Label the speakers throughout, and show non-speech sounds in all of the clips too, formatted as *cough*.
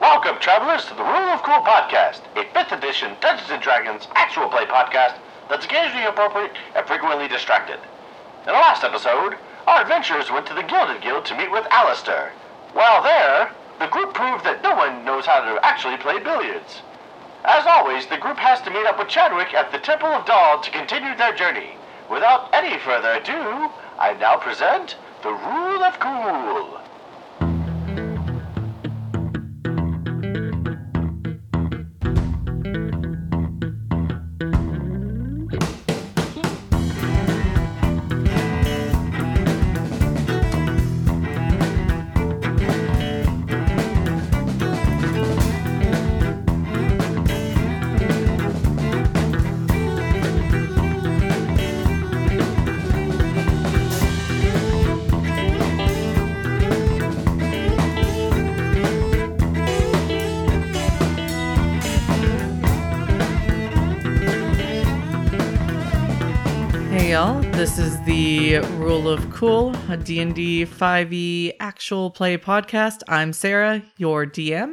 Speaker 1: Welcome, travelers, to the Rule of Cool podcast, a 5th edition Dungeons and Dragons actual play podcast that's occasionally appropriate and frequently distracted. In the last episode, our adventurers went to the Gilded Guild to meet with Alistair. While there, the group proved that no one knows how to actually play billiards. As always, the group has to meet up with Chadwick at the Temple of Dahl to continue their journey. Without any further ado, I now present the Rule of Cool.
Speaker 2: Hey y'all, this is the Rule of Cool, a D&D 5e E actual play podcast. I'm Sarah, your DM.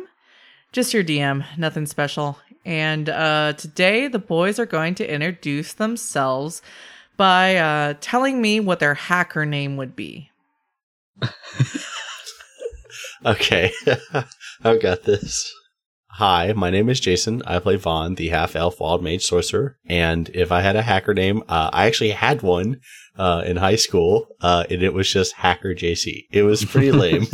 Speaker 2: Just your DM, nothing special. And uh, today the boys are going to introduce themselves by uh, telling me what their hacker name would be.
Speaker 3: Okay. *laughs* I've got this. Hi, my name is Jason. I play Vaughn, the half elf wild mage sorcerer. And if I had a hacker name, uh, I actually had one uh, in high school, uh, and it was just Hacker JC. It was pretty lame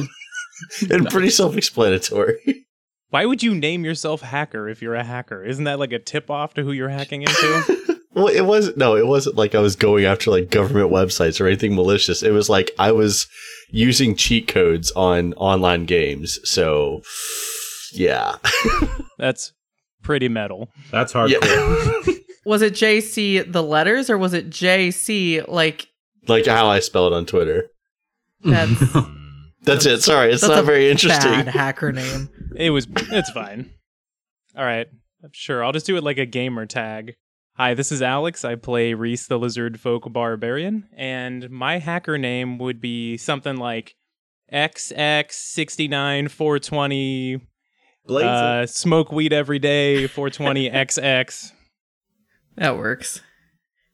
Speaker 3: *laughs* and pretty self explanatory.
Speaker 4: Why would you name yourself hacker if you're a hacker? Isn't that like a tip off to who you're hacking into?
Speaker 3: *laughs* Well, it wasn't. No, it wasn't like I was going after like government websites or anything malicious. It was like I was using cheat codes on online games. So, yeah, *laughs*
Speaker 4: That's pretty metal.
Speaker 5: That's hardcore.
Speaker 3: yeah.
Speaker 2: Was it JC the letters or was it JC like
Speaker 3: like how I spell it on Twitter. *laughs*
Speaker 2: that's,
Speaker 3: That's it. Sorry, it's
Speaker 2: that's
Speaker 3: not
Speaker 2: a
Speaker 3: very
Speaker 2: bad
Speaker 3: interesting.
Speaker 5: *laughs*
Speaker 2: hacker name?
Speaker 4: It was it's fine. All right. Sure, I'll just do it like a gamer tag. Hi, this is Alex. I play Reese the Lizard Folk Barbarian, and my hacker name would be something like XX69420 uh, smoke weed every day 420XX.
Speaker 2: That works.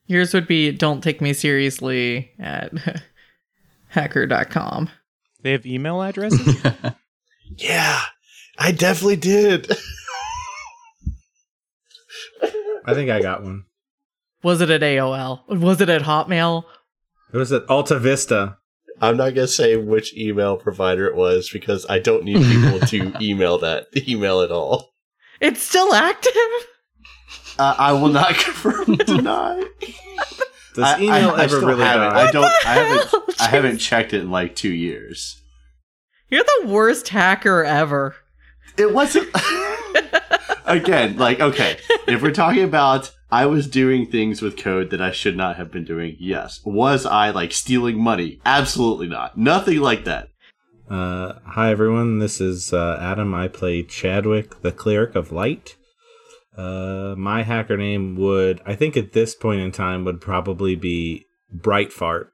Speaker 2: Yours would be don't take me seriously at *laughs* hacker.com.
Speaker 4: They have email addresses?
Speaker 3: yeah, I definitely did. *laughs*
Speaker 5: I think I got one.
Speaker 2: Was it at AOL? Was it at Hotmail?
Speaker 5: It was at Alta Vista.
Speaker 3: I'm not gonna say which email provider it was because I don't need people
Speaker 2: *laughs*
Speaker 3: to email that email at all.
Speaker 2: It's still active? *laughs*
Speaker 3: Uh, I will
Speaker 6: *laughs*
Speaker 3: not confirm deny.
Speaker 5: Does
Speaker 6: I-
Speaker 5: email
Speaker 6: I, I
Speaker 5: ever
Speaker 6: still
Speaker 5: really
Speaker 6: haven't.
Speaker 5: die?
Speaker 6: I don't. I haven't.
Speaker 2: Hell, *laughs*
Speaker 6: I haven't checked it in like two years.
Speaker 2: You're the worst hacker ever.
Speaker 6: It wasn't. *laughs* Again, like okay, if we're talking about I was doing things with code that I should not have been doing, yes. Was I like stealing money? Absolutely not. Nothing like that.
Speaker 5: Uh, hi everyone, this is uh, Adam. I play Chadwick, the cleric of light. Uh, my hacker name would, I think, at this point in time, would probably be Brightfart,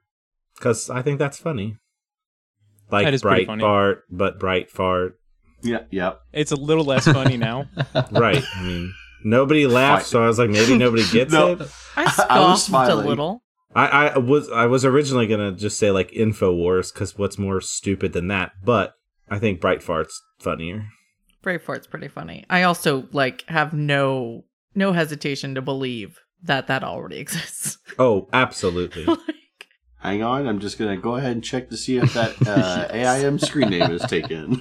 Speaker 5: because I think that's funny. Like
Speaker 4: That is pretty funny.
Speaker 5: Brightfart, but Brightfart.
Speaker 6: Yeah. Yep.
Speaker 4: It's a little less funny now.
Speaker 5: right. I mean, nobody
Speaker 6: *laughs*
Speaker 5: laughed,
Speaker 6: Fine.
Speaker 5: so I was like,
Speaker 6: *laughs*
Speaker 5: maybe nobody gets
Speaker 6: No.
Speaker 5: it.
Speaker 2: I
Speaker 6: was *laughs*
Speaker 2: scoffed a
Speaker 6: smiling.
Speaker 2: little.
Speaker 5: I, I was I was originally gonna just say like Infowars because what's more stupid than that? But I think Bright Fart's funnier.
Speaker 2: Braveheart's pretty funny. I also like have no no hesitation to believe that that already *laughs* exists.
Speaker 5: Oh,
Speaker 2: *laughs*
Speaker 5: absolutely.
Speaker 2: like
Speaker 6: Hang on. I'm just gonna go ahead and check to see if that *laughs* uh, AIM screen name is *laughs* taken.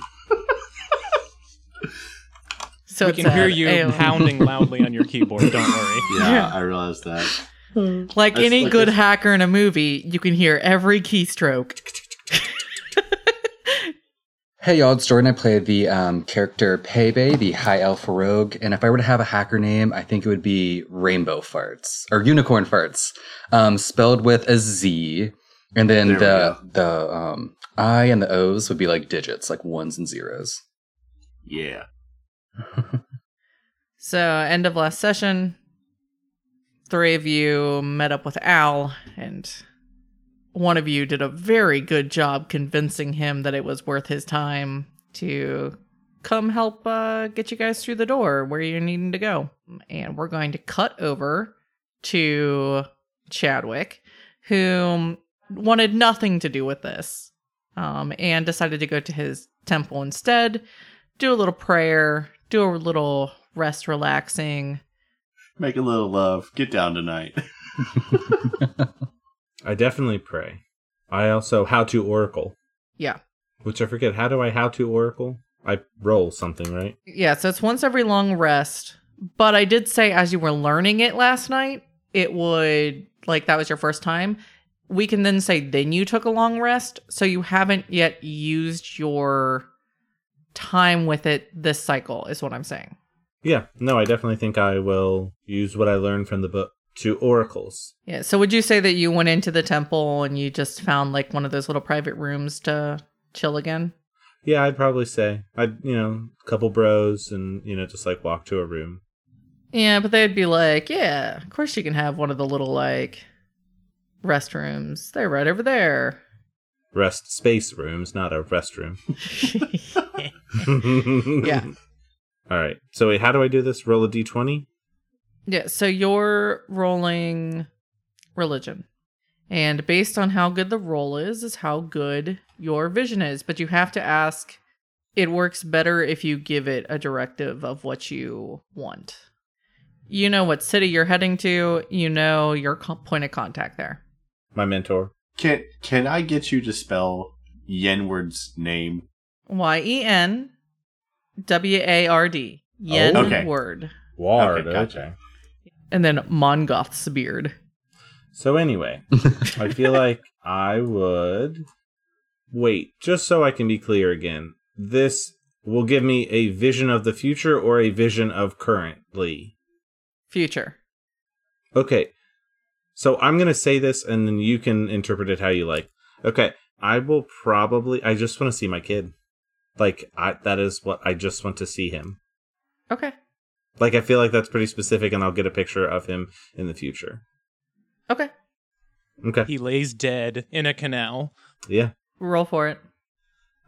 Speaker 2: so
Speaker 4: we
Speaker 2: it's
Speaker 4: can hear
Speaker 2: at
Speaker 4: you
Speaker 2: AOL.
Speaker 4: *laughs*
Speaker 5: *laughs*
Speaker 4: pounding loudly on your keyboard. Don't worry.
Speaker 6: Yeah,
Speaker 2: Yeah.
Speaker 6: I realized that.
Speaker 2: Like
Speaker 6: That's
Speaker 2: any
Speaker 6: like
Speaker 2: good
Speaker 6: a-
Speaker 2: hacker in a movie, you can hear every keystroke.
Speaker 7: Hey y'all, it's Jordan. I play the um, character Peibei, the high elf rogue. And if I were to have a hacker name, I think it would be Rainbow Farts or Unicorn Farts, um, spelled with a Z. And then
Speaker 6: There we
Speaker 7: the the um, I and the O's would be like digits, like ones and zeros.
Speaker 6: Yeah.
Speaker 2: So, end of last session, three of you met up with Al, and one of you did a very good job convincing him that it was worth his time to come help uh, get you guys through the door where you're needing to go. And we're going to cut over to Chadwick, who wanted nothing to do with this um, and decided to go to his temple instead, do a little prayer, do a little rest, relaxing.
Speaker 6: Make a little love. Get down tonight.
Speaker 5: I definitely pray. I also how to oracle.
Speaker 2: Yeah.
Speaker 5: Which I forget. How do I how to oracle? I roll something, right?
Speaker 2: Yeah, so it's once every long rest. But I did say as you were learning it last night, it would like that was your first time. We can then say then you took a long rest, so you haven't yet used your time with it this cycle is what I'm saying.
Speaker 5: Yeah. No, I definitely think I will use what I learned from the book to oracles.
Speaker 2: Yeah, so would you say that you went into the temple and you just found like one of those little private rooms to chill again?
Speaker 5: Yeah, I'd probably say I'd you know couple bros and you know just like walk to a room.
Speaker 2: Yeah, but they'd be like, yeah, of course you can have one of the little like restrooms. They're right over there.
Speaker 5: Rest space rooms, not a
Speaker 6: *laughs*
Speaker 5: restroom. *laughs*
Speaker 2: Yeah.
Speaker 5: All right. So wait, how do I do this? Roll a d twenty.
Speaker 2: Yeah, so you're rolling religion. And based on how good the roll is, is how good your vision is. But you have to ask, it works better if you give it a directive of what you want. You know what city you're heading to, you know your co- point of contact there.
Speaker 5: My mentor.
Speaker 6: Can can I get you to spell Yenward's *laughs* name?
Speaker 2: Y E N W A R D. Yen
Speaker 6: Oh. Okay.
Speaker 2: word.
Speaker 5: Ward.
Speaker 6: Okay, gotcha.
Speaker 2: And then Mongoth's beard.
Speaker 5: So anyway, I
Speaker 6: *laughs*
Speaker 5: feel like I would wait just so I can be clear again. This will give me a vision of the future or a vision of currently.
Speaker 2: Future.
Speaker 5: Okay. So I'm going to say this and then you can interpret it how you like. Okay. I will probably I just want to see my kid. Like I that is what I just want to see him.
Speaker 2: Okay.
Speaker 5: Like I feel like that's pretty specific and I'll get a picture of him in the future.
Speaker 2: Okay.
Speaker 5: Okay.
Speaker 4: He lays dead in a canal.
Speaker 5: Yeah.
Speaker 2: Roll for it.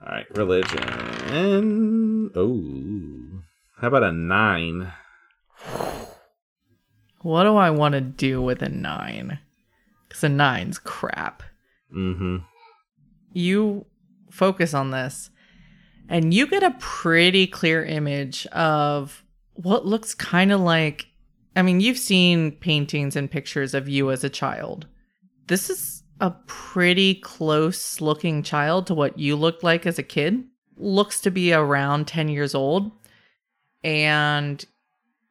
Speaker 5: All right, religion. Oh, how about a nine?
Speaker 2: What do I want to do with a nine? Because a nine's crap.
Speaker 5: Mm-hmm.
Speaker 2: You focus on this and you get a pretty clear image of what looks kind of like. I mean, you've seen paintings and pictures of you as a child. This is a pretty close looking child to what you looked like as a kid. Looks to be around 10 years old. And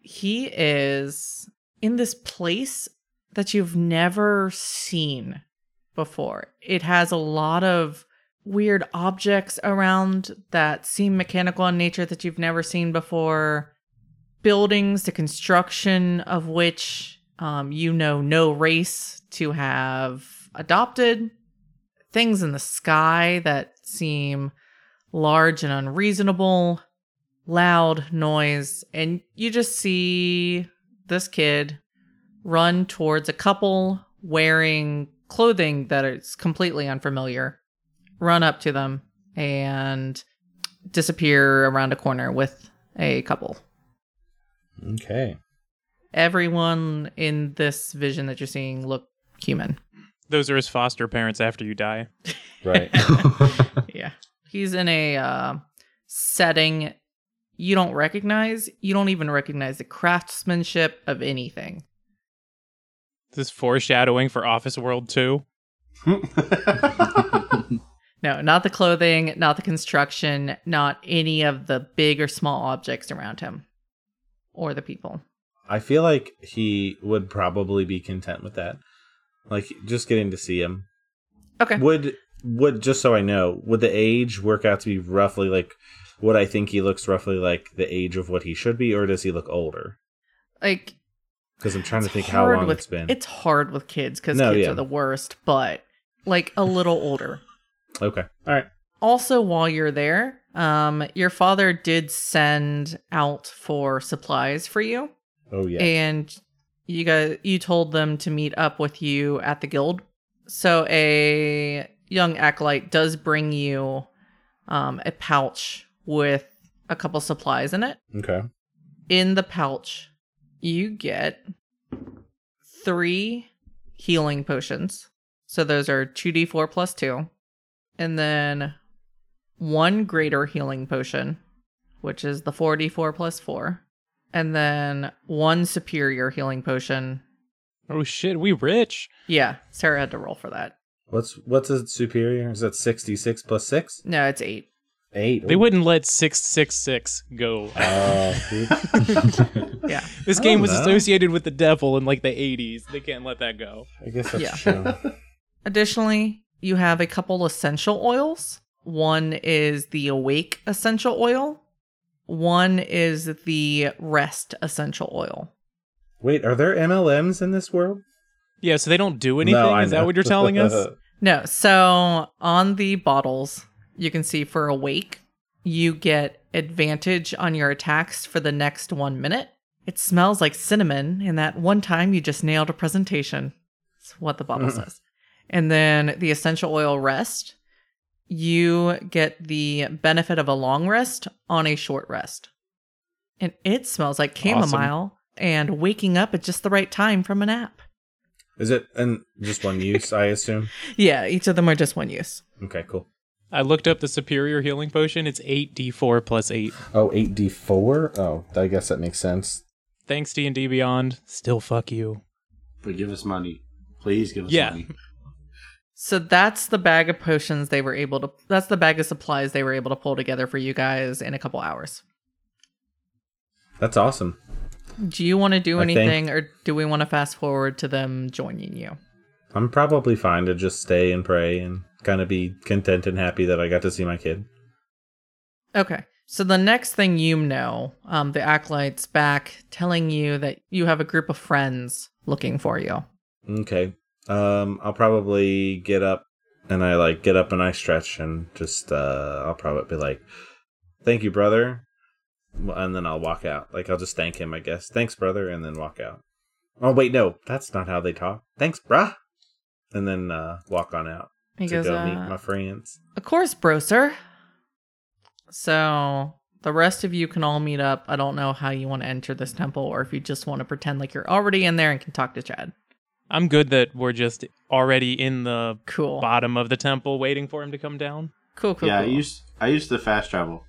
Speaker 2: he is in this place that you've never seen before. It has a lot of weird objects around that seem mechanical in nature that you've never seen before. Buildings, the construction of which um, you know no race to have adopted. Things in the sky that seem large and unreasonable. Loud noise. And you just see this kid run towards a couple wearing clothing that is completely unfamiliar, run up to them, and disappear around a corner with a couple.
Speaker 5: Okay.
Speaker 2: Everyone in this vision that you're seeing look human.
Speaker 4: Those are his foster parents after you die.
Speaker 5: Right.
Speaker 2: Yeah. He's in a uh, setting you don't recognize. You don't even recognize the craftsmanship of anything.
Speaker 4: This is foreshadowing for Office World 2.
Speaker 2: No, not the clothing, not the construction, not any of the big or small objects around him or the people.
Speaker 5: I feel like he would probably be content with that. Like just getting to see him.
Speaker 2: *laughs* Okay.
Speaker 5: Would would just so I know, would the age work out to be roughly like what I think he looks roughly like the age of what he should be, or does he look older?
Speaker 2: Like
Speaker 5: Because I'm trying to
Speaker 2: It's
Speaker 5: think how
Speaker 2: hard
Speaker 5: long
Speaker 2: with,
Speaker 5: it's been.
Speaker 2: It's hard with kids because
Speaker 5: No,
Speaker 2: kids
Speaker 5: yeah.
Speaker 2: are the worst, but like a little older.
Speaker 5: okay. All right.
Speaker 2: Also, while you're there, um, your father did send out for supplies for you,
Speaker 5: Oh yeah.
Speaker 2: and you guys you told them to meet up with you at the guild. So a young acolyte does bring you um, a pouch with a couple supplies in it.
Speaker 5: Okay.
Speaker 2: In the pouch, you get three healing potions. So those are 2d4 plus 2. And then one greater healing potion, which is the 4d4 plus 4. And then one superior healing potion.
Speaker 4: Oh shit, we rich.
Speaker 2: Yeah, Sarah had to roll for that.
Speaker 5: What's what's a superior? Is that sixty six plus six?
Speaker 2: No, it's 8.
Speaker 5: Eight.
Speaker 4: They wouldn't let six six six go.
Speaker 5: Uh, oops.
Speaker 2: Yeah.
Speaker 4: This
Speaker 5: I
Speaker 4: game
Speaker 5: don't
Speaker 4: was
Speaker 5: know.
Speaker 4: associated with the devil in like the 80s. They can't let that go.
Speaker 5: I guess that's
Speaker 2: *laughs* Yeah.
Speaker 5: true.
Speaker 2: Additionally, you have a couple essential oils. One is the awake essential oil, one is the rest essential oil.
Speaker 5: Wait, are there MLMs in this world?
Speaker 4: Yeah, so they don't do anything.
Speaker 5: No, I
Speaker 4: Is that
Speaker 5: know.
Speaker 4: what you're telling us?
Speaker 2: No, so on the bottles, you can see for awake, you get advantage on your attacks for the next one minute. It smells like cinnamon, and that one time you just nailed a presentation. That's what the bottle
Speaker 5: Mm.
Speaker 2: says. And then the essential oil rest, you get the benefit of a long rest on a short rest. And it smells like
Speaker 4: Awesome.
Speaker 2: chamomile and waking up at just the right time from a nap.
Speaker 5: *laughs* Is it and just one use? I assume.
Speaker 2: Yeah, each of them are just one use.
Speaker 5: Okay, cool.
Speaker 4: I looked up the superior healing potion. It's 8d4 plus 8.
Speaker 5: Oh, 8d4? Oh, I guess that makes sense.
Speaker 4: Thanks D&D Beyond. Still fuck you.
Speaker 6: But give us money. Please give us
Speaker 4: Yeah.
Speaker 6: money.
Speaker 2: So that's the bag of potions they were able to that's the bag of supplies they were able to pull together for you guys in a couple hours.
Speaker 5: *laughs* That's awesome.
Speaker 2: Do you want to do
Speaker 5: I think-
Speaker 2: anything or do we want to fast forward to them joining you?
Speaker 5: I'm probably fine to just stay and pray and kind of be content and happy that I got to see my kid.
Speaker 2: Okay. So the next thing you know, um, the acolyte's back telling you that you have a group of friends looking for you.
Speaker 5: Okay. Um, I'll probably get up and I like get up and I stretch and just uh, I'll probably be like, "Thank you, brother," and then I'll walk out. Like I'll just thank him, I guess. Thanks, brother, and then walk out. Oh wait, no, that's not how they talk. Thanks, bruh, and then uh, walk on out
Speaker 2: He
Speaker 5: to
Speaker 2: goes,
Speaker 5: go
Speaker 2: uh,
Speaker 5: meet my friends.
Speaker 2: Of course, bro, sir. So the rest of you can all meet up. I don't know how you want to enter this temple or if you just want to pretend like you're already in there and can talk to Chad.
Speaker 4: I'm good that we're just already in the
Speaker 2: Cool.
Speaker 4: bottom of the temple waiting for him to come down.
Speaker 2: Cool, cool.
Speaker 6: yeah, I
Speaker 2: cool.
Speaker 6: used I used the fast travel.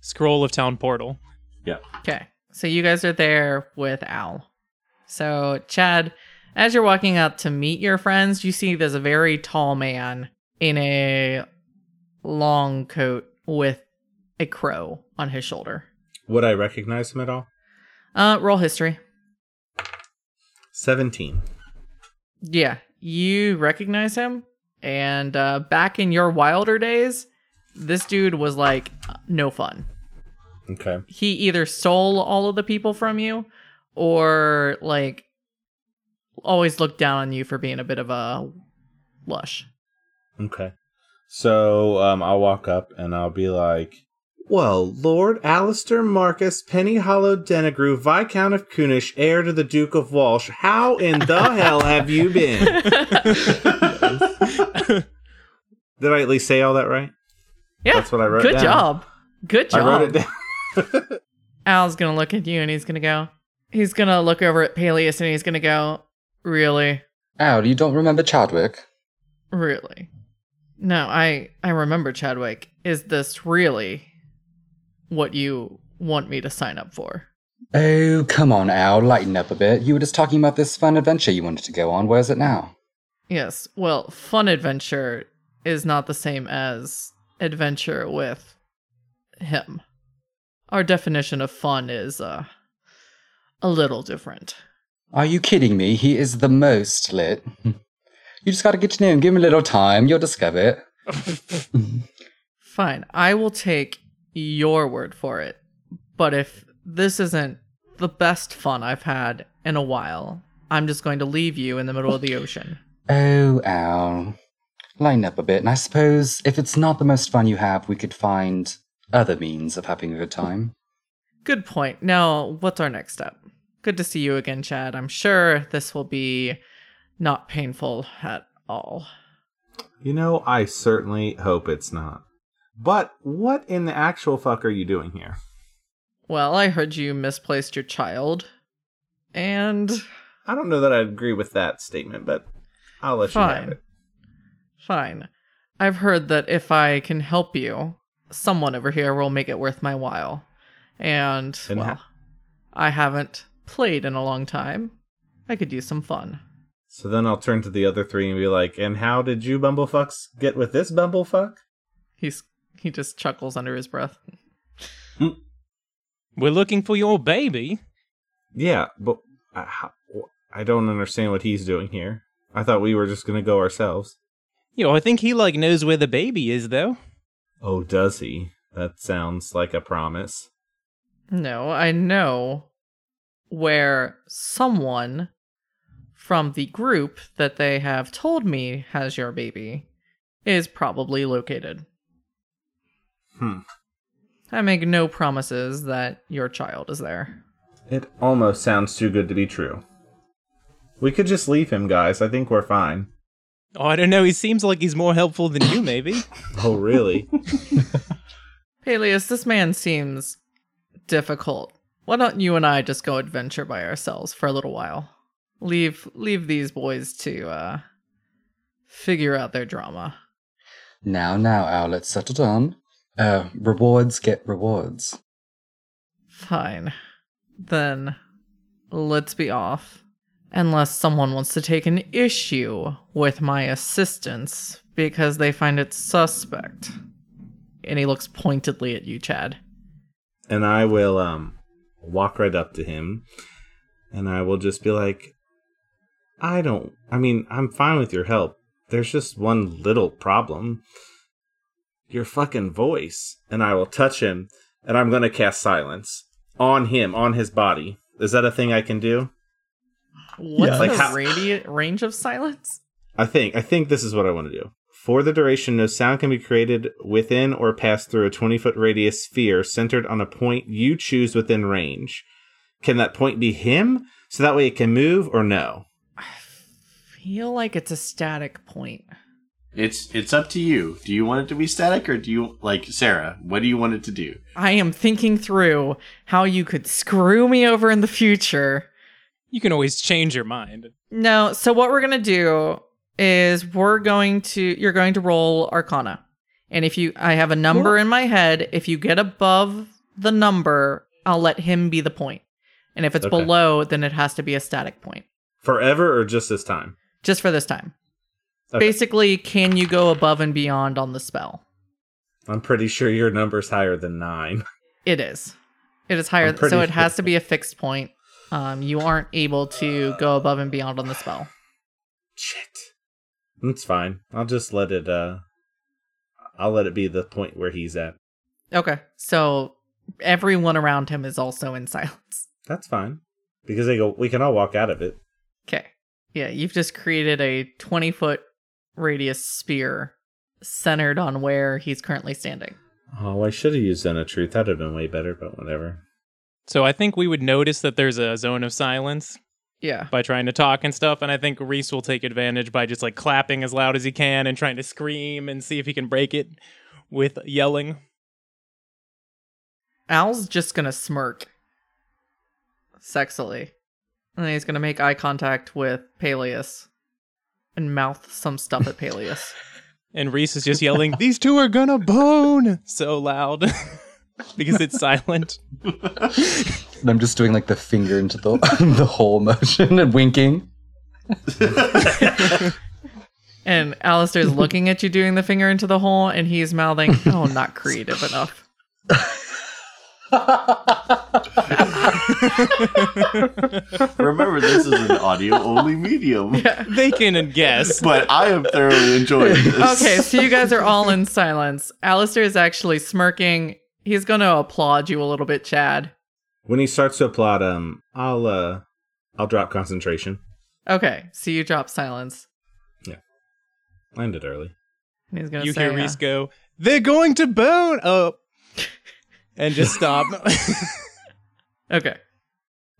Speaker 4: Scroll of town portal.
Speaker 2: Okay. So you guys are there with Al. So, Chad, as you're walking out to meet your friends, you see there's a very tall man in a long coat with a crow on his shoulder.
Speaker 5: Would I recognize him at all?
Speaker 2: Uh, roll history.
Speaker 5: Seventeen.
Speaker 2: Yeah, you recognize him. And uh, back in your wilder days, this dude was like no fun.
Speaker 5: Okay.
Speaker 2: he either stole all of the people from you or like always looked down on you for being a bit of a lush.
Speaker 5: Okay. So um, I'll walk up and I'll be like, Well, Lord Alistair Marcus Penny Hollow Denegru, Viscount of Coonish, heir to the Duke of Walsh, how in
Speaker 2: *laughs*
Speaker 5: the hell have you been? Did I at least say all that right?
Speaker 2: Yeah.
Speaker 5: That's what I wrote
Speaker 2: Good
Speaker 5: down.
Speaker 2: job. Good
Speaker 5: I
Speaker 2: job.
Speaker 5: wrote it down. *laughs*
Speaker 2: Al's gonna look at you and he's gonna go he's gonna look over at Peleus and he's gonna go, Really?
Speaker 7: Ow, you don't remember Chadwick?
Speaker 2: Really? No, I I remember Chadwick. Is this really what you want me to sign up for?
Speaker 7: Oh, come on, Al, lighten up a bit. You were just talking about this fun adventure you wanted to go on. Where's it now?
Speaker 2: Yes. Well, fun adventure is not the same as adventure with him. Our definition of fun is uh a little different.
Speaker 7: Are you kidding me? He is the most lit. *laughs* you just gotta get to know him. Give him a little time. You'll discover it.
Speaker 2: Fine. I will take your word for it. But if this isn't the best fun I've had in a while, I'm just going to leave you in the middle of the ocean.
Speaker 7: Oh, Al. Lighten up a bit, and I suppose if it's not the most fun you have, we could find other means of having a good time.
Speaker 2: Good point. Now, what's our next step? Good to see you again, Chad. I'm sure this will be not painful at all.
Speaker 5: You know, I certainly hope it's not. But what in the actual fuck are you doing here?
Speaker 2: Well, I heard you misplaced your child. And
Speaker 5: I don't know that I agree with that statement, but I'll let you have
Speaker 2: fine.
Speaker 5: it.
Speaker 2: Fine. I've heard that if I can help you, someone over here will make it worth my while. And,
Speaker 5: And
Speaker 2: well,
Speaker 5: ha-
Speaker 2: I haven't played in a long time. I could use some fun.
Speaker 5: So then I'll turn to the other three and be like, and how did you bumblefucks get with this bumblefuck?
Speaker 2: He's he just chuckles under his breath.
Speaker 4: We're looking for your baby.
Speaker 5: Yeah, but I, how- I don't understand what he's doing here. I thought we were just going to go ourselves.
Speaker 4: You know, I think he like knows where the baby is though.
Speaker 5: Oh, does he? That sounds like a promise.
Speaker 2: No, I know where someone from the group that they have told me has your baby is probably located.
Speaker 5: Hmm.
Speaker 2: I make no promises that your child is there.
Speaker 5: It almost sounds too good to be true. We could just leave him, guys. I think we're fine.
Speaker 4: Oh, I don't know. He seems like he's more helpful than you, maybe.
Speaker 5: Oh, really?
Speaker 2: Peleus, this man seems difficult. Why don't you and I just go adventure by ourselves for a little while? Leave leave these boys to uh figure out their drama.
Speaker 7: Now, now, Owlet, settle down. Uh, rewards get rewards.
Speaker 2: Fine. Then let's be off. Unless someone wants to take an issue with my assistance because they find it suspect. And he looks pointedly at you, Chad.
Speaker 5: and I will um walk right up to him and I will just be like I don't I mean I'm fine with your help. There's just one little problem. Your fucking voice. And I will touch him and I'm going to cast silence on him, on his body. Is that a thing I can do?
Speaker 2: What's
Speaker 5: Like
Speaker 2: the
Speaker 5: how-
Speaker 2: radi- range of silence?
Speaker 5: I think I think this is what I want to do. For the duration, no sound can be created within or pass through a 20 foot radius sphere centered on a point you choose within range. Can that point be him? So that way it can move or no?
Speaker 2: feel like it's a static point.
Speaker 6: It's it's up to you. Do you want it to be static or do you like Sarah? What do you want it to do?
Speaker 2: I am thinking through how you could screw me over in the future.
Speaker 4: *laughs* you can always change your mind.
Speaker 2: No, so what we're going to do is we're going to you're going to roll arcana. And if you I have a number in my head, if you get above the number, I'll let him be the point. And if it's
Speaker 5: Okay.
Speaker 2: below, then it has to be a static point.
Speaker 5: Forever or just this time?
Speaker 2: Just for this time.
Speaker 5: Okay.
Speaker 2: Basically, can you go above and beyond on the spell?
Speaker 5: I'm pretty sure your number's higher than nine. *laughs*
Speaker 2: It is. It is higher,
Speaker 5: I'm pretty
Speaker 2: so it has
Speaker 5: sure.
Speaker 2: to be a fixed point. Um, you aren't able to go above and beyond on the spell.
Speaker 5: Shit. That's fine. I'll just let it uh I'll let it be the point where he's at.
Speaker 2: Okay, so everyone around him is also in *laughs* silence.
Speaker 5: That's fine. Because they go we can all walk out of it.
Speaker 2: Okay, yeah, you've just created a twenty foot radius sphere centered on where he's currently standing.
Speaker 5: Oh, I should have used Zone of Truth. That'd have been way better, but whatever.
Speaker 4: So I think we would notice that there's a zone of silence
Speaker 2: Yeah,
Speaker 4: by trying to talk and stuff, and I think Reese will take advantage by just like clapping as loud as he can and trying to scream and see if he can break it with yelling.
Speaker 2: Al's just gonna smirk sexily, and he's gonna make eye contact with Peleus and mouth some stuff at Peleus.
Speaker 4: And Reese is just *laughs* yelling, "These two are gonna bone!" so loud *laughs* because it's silent.
Speaker 7: And I'm just doing like the finger into the *laughs* the whole motion and winking.
Speaker 2: And Alistair's looking at you doing the finger into the hole, and he's mouthing, Oh, not creative enough.
Speaker 6: Remember, this is
Speaker 5: *laughs*
Speaker 6: an audio only medium.
Speaker 4: They can
Speaker 2: *laughs*
Speaker 4: guess.
Speaker 6: But I am thoroughly
Speaker 5: *laughs*
Speaker 6: enjoying this.
Speaker 2: Okay, so you guys are all in silence. Alistair is actually smirking. He's going to applaud you a little bit, Chad.
Speaker 5: When he starts to applaud, um, I'll uh, I'll drop concentration.
Speaker 2: Okay, so you drop silence.
Speaker 5: Landed early.
Speaker 2: And he's going to
Speaker 4: You
Speaker 2: say,
Speaker 4: hear Reese
Speaker 2: uh,
Speaker 4: go, "They're going to bone!" Oh,
Speaker 2: *laughs*
Speaker 4: and just stop.
Speaker 2: Okay,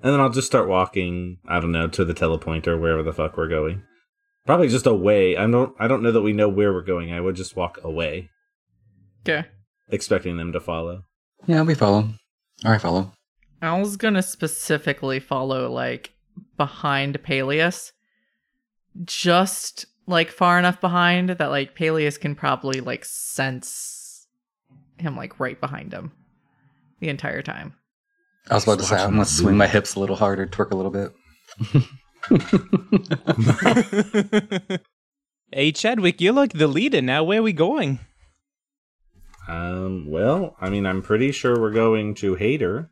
Speaker 5: And then I'll just start walking. I don't know to the telepoint or wherever the fuck we're going. Probably just away. I don't. I don't know that we know where we're going. I would just walk away.
Speaker 2: okay.
Speaker 5: expecting them to follow.
Speaker 7: Yeah, we follow. Or I follow.
Speaker 2: I was gonna specifically follow like behind Peleus, just like far enough behind that like Peleus can probably like sense him like right behind him the entire time.
Speaker 7: I was about to
Speaker 3: Just
Speaker 7: say I'm
Speaker 3: watching
Speaker 7: gonna
Speaker 3: the
Speaker 7: swing
Speaker 3: movie.
Speaker 7: my hips a little harder, twerk a little bit. *laughs*
Speaker 4: hey, Chadwick, you're like the leader now. Where are we going?
Speaker 5: Um, well, I mean, I'm pretty sure we're going to Hater.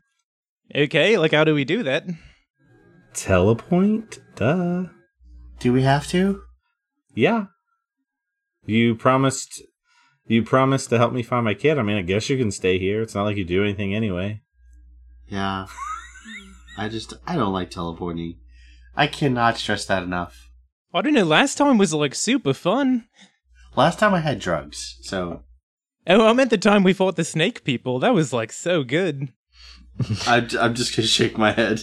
Speaker 4: Okay, like, how do we do that?
Speaker 5: Telepoint? Duh.
Speaker 6: Do we have to?
Speaker 5: Yeah. You promised you promised to help me find my kid. I mean, I guess you can stay here. It's not like you do anything anyway.
Speaker 6: Yeah. I just I don't like teleporting. I cannot stress that enough.
Speaker 4: I don't know. Last time was like super fun.
Speaker 6: Last time I had drugs, so
Speaker 4: Oh, I meant the time we fought the snake people. That was like so good.
Speaker 6: I'm, I'm just gonna shake my head.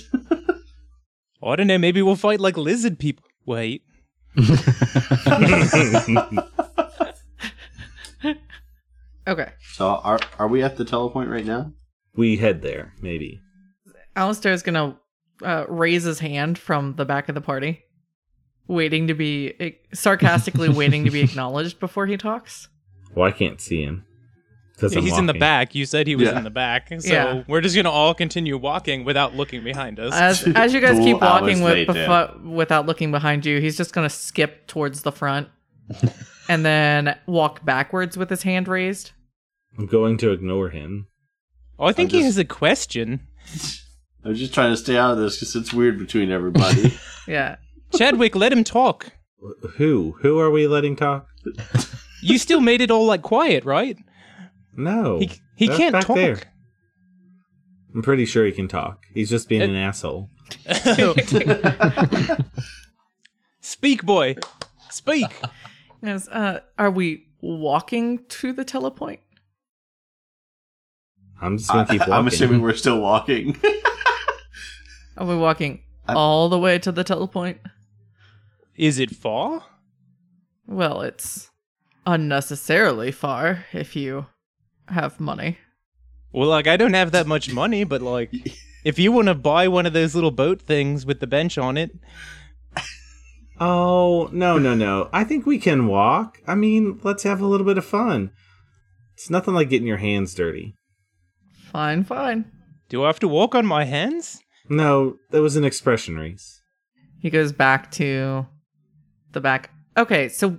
Speaker 4: I don't know. Maybe we'll fight like lizard people. Wait.
Speaker 2: Okay,
Speaker 6: So are are we at the telepoint right now?
Speaker 5: We head there, maybe.
Speaker 2: Alistair is gonna uh, raise his hand from the back of the party, waiting to be eh, sarcastically waiting
Speaker 4: *laughs*
Speaker 2: to be acknowledged before he talks.
Speaker 5: Well, I can't see him. Cuz
Speaker 4: he's in the back. You said he was
Speaker 6: Yeah.
Speaker 4: in the back. So
Speaker 2: Yeah.
Speaker 4: we're just going to all continue walking without looking behind us.
Speaker 2: As as you guys
Speaker 6: Cool
Speaker 2: keep walking
Speaker 6: hours
Speaker 2: with
Speaker 6: later.
Speaker 2: befo- without looking behind you, he's just gonna skip towards the front and then walk backwards with his hand raised.
Speaker 5: I'm going to ignore him.
Speaker 4: oh, I think
Speaker 6: I'm
Speaker 4: he
Speaker 6: just-
Speaker 4: has a question.
Speaker 6: I'm just trying to stay out of this because it's weird between everybody.
Speaker 5: *laughs*
Speaker 2: Yeah.
Speaker 4: Chadwick, let him talk.
Speaker 5: Wh- Who? Who are we letting talk?
Speaker 4: You still made it all like quiet, right?
Speaker 5: No.
Speaker 4: He, he
Speaker 5: That's
Speaker 4: can't
Speaker 5: back
Speaker 4: talk.
Speaker 5: there. I'm pretty sure he can talk. He's just being an asshole.
Speaker 4: *laughs* Speak, boy. Speak.
Speaker 2: Yes, uh, are we walking to the telepoint?
Speaker 5: I'm just
Speaker 6: I,
Speaker 5: going to keep walking.
Speaker 6: am assuming we're still walking. *laughs*
Speaker 2: Are we walking
Speaker 6: I-
Speaker 2: all the way to the telepoint?
Speaker 4: Is it far?
Speaker 2: Well, it's unnecessarily far if you have money.
Speaker 4: Well, like I don't have that much money, but like if you want to buy one of those little boat things with the bench on it,
Speaker 5: Oh, no, no, no. I think we can walk. I mean, let's have a little bit of fun. It's nothing like getting your hands dirty.
Speaker 2: Fine, fine.
Speaker 4: do I have to walk on my hands?
Speaker 5: No, that was an expression, Reese.
Speaker 2: He goes back to the back. Okay, so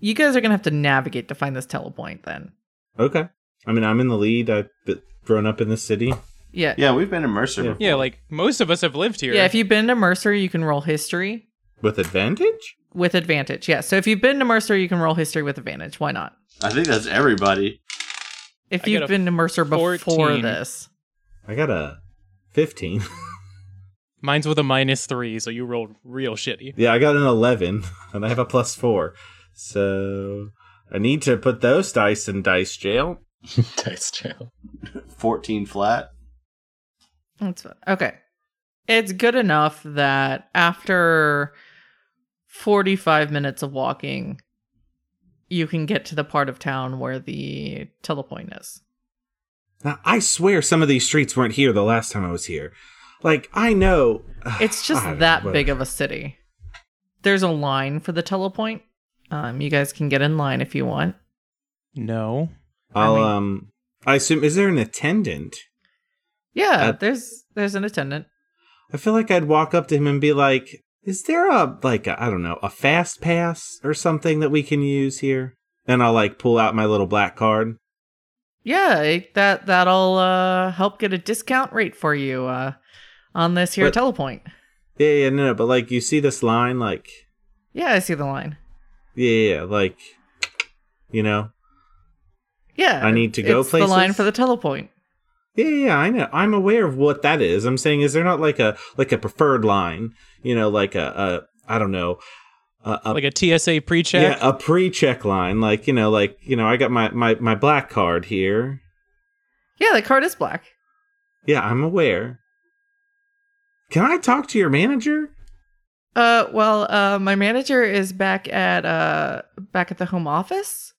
Speaker 2: you guys are gonna have to navigate to find this telepoint then.
Speaker 5: Okay. I mean, I'm in the lead. I've been grown up in this city.
Speaker 2: Yeah.
Speaker 6: yeah, we've been in Mercer.
Speaker 5: Yeah.
Speaker 6: before.
Speaker 4: Yeah, like most of us have lived here.
Speaker 2: Yeah, if you've been to Mercer, you can roll history
Speaker 5: With advantage?
Speaker 2: with advantage. Yeah, so if you've been to Mercer, you can roll history with advantage. Why not?
Speaker 6: I think that's everybody.
Speaker 2: If
Speaker 4: I
Speaker 2: you've
Speaker 4: got a
Speaker 2: been to Mercer before
Speaker 4: 14.
Speaker 2: this,
Speaker 5: I got a 15.
Speaker 4: Mine's with a minus three, so you rolled real shitty.
Speaker 5: yeah, I got an 11, *laughs* and I have a plus 4. So I need to put those dice in dice jail.
Speaker 7: Dice *laughs* jail.
Speaker 6: 14 flat.
Speaker 2: that's fine. okay. It's good enough that after 45 minutes of walking, you can get to the part of town where the telepoint is.
Speaker 5: Now, I swear some of these streets weren't here the last time I was here. Like, I know. *sighs*
Speaker 2: It's
Speaker 5: I
Speaker 2: just
Speaker 5: don't
Speaker 2: that
Speaker 5: know,
Speaker 2: big
Speaker 5: whatever.
Speaker 2: of a city. There's a line for the telepoint. Um, you guys can get in line if you want.
Speaker 4: No.
Speaker 5: I'll
Speaker 2: I mean-
Speaker 5: um I assume is there an attendant?
Speaker 2: Yeah,
Speaker 5: Uh,
Speaker 2: there's there's an attendant.
Speaker 5: I feel like I'd walk up to him and be like, "Is there a like I I don't know, a fast pass or something that we can use here?" And I'll like pull out my little black card.
Speaker 2: Yeah, it- that that'll uh, help get a discount rate for you uh, on this here
Speaker 5: But-
Speaker 2: telepoint.
Speaker 5: Yeah, yeah, no, no, but like you see this line like
Speaker 2: Yeah, I see the line.
Speaker 5: yeah, yeah, yeah, like you know.
Speaker 2: Yeah,
Speaker 5: I need to go
Speaker 2: It's the line
Speaker 5: places?
Speaker 2: for the telepoint.
Speaker 5: Yeah, yeah, yeah, I know. I'm aware of what that is. I'm saying is there not like a like a preferred line, you know, like a, a I don't know, a,
Speaker 2: Uh,
Speaker 5: a
Speaker 4: Like a TSA pre check.
Speaker 5: Yeah, a pre-check line, like you know, like you know, I got my my my black card here.
Speaker 2: Yeah, the card is black.
Speaker 5: Yeah, I'm aware. Can I talk to your manager?
Speaker 2: Uh, well, uh, my manager is back at uh back at the home office,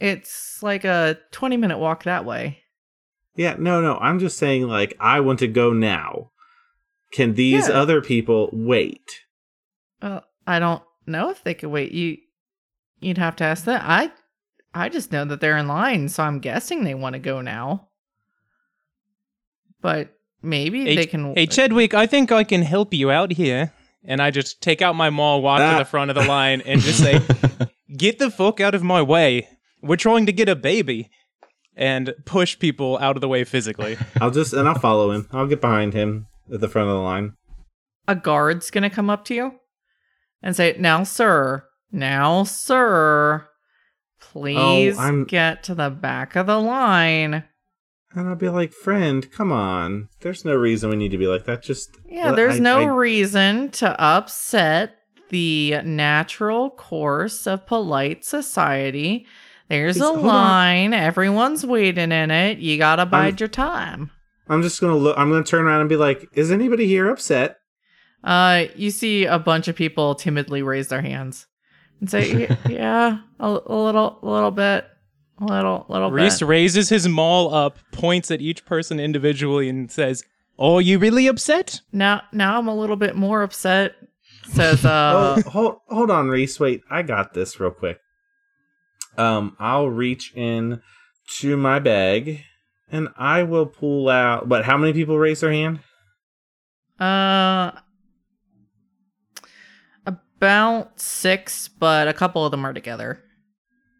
Speaker 2: It's like a 20 minute walk that way.
Speaker 5: Yeah, no, no. I'm just saying, like, I want to go now. Can these
Speaker 2: Yeah.
Speaker 5: other people wait?
Speaker 2: Well, I don't know if they could wait. You you'd have to ask that. I I just know that they're in line, so I'm guessing they want to go now. But maybe
Speaker 4: Hey,
Speaker 2: they can
Speaker 4: Hey Chedwick, I think I can help you out here. And I just take out my maul, walk
Speaker 5: Ah.
Speaker 4: to the front of the line, and just say, "Get the fuck out of my way! We're trying to get a baby," and push people out of the way physically.
Speaker 2: *laughs*
Speaker 5: I'll just, and I'll follow him. I'll get behind him at the front of the line.
Speaker 2: a guard's going to come up to you and say, "Now, sir. Now, sir. Please
Speaker 5: I'm-
Speaker 2: get to the back of the line."
Speaker 5: And I'll be like, friend, come on. There's no reason we need to be like that. Just.
Speaker 2: Yeah,
Speaker 5: let-
Speaker 2: there's
Speaker 5: I-
Speaker 2: no
Speaker 5: I-
Speaker 2: reason to upset the natural course of polite society. There's
Speaker 5: Please,
Speaker 2: a
Speaker 5: hold on.
Speaker 2: line, everyone's waiting in it. You got to bide
Speaker 5: I'm-
Speaker 2: your time.
Speaker 5: I'm just going to look. I'm going to turn around and be like, is anybody here upset?
Speaker 2: Uh, you see a bunch of people timidly raise their hands and say,
Speaker 5: *laughs*
Speaker 2: "Y- "Yeah, a, a little, a little bit, a little, little
Speaker 4: Reese
Speaker 2: bit."
Speaker 4: raises his maul up, points at each person individually, and says, "Are you really upset?"
Speaker 2: Now, now I'm a little bit more upset. Says, uh,
Speaker 5: *laughs* oh, hold hold on, Reese. Wait, I got this real quick. Um, I'll reach in to my bag, and I will pull out. But how many people raised their hand?
Speaker 2: uh, about six, but a couple of them are together.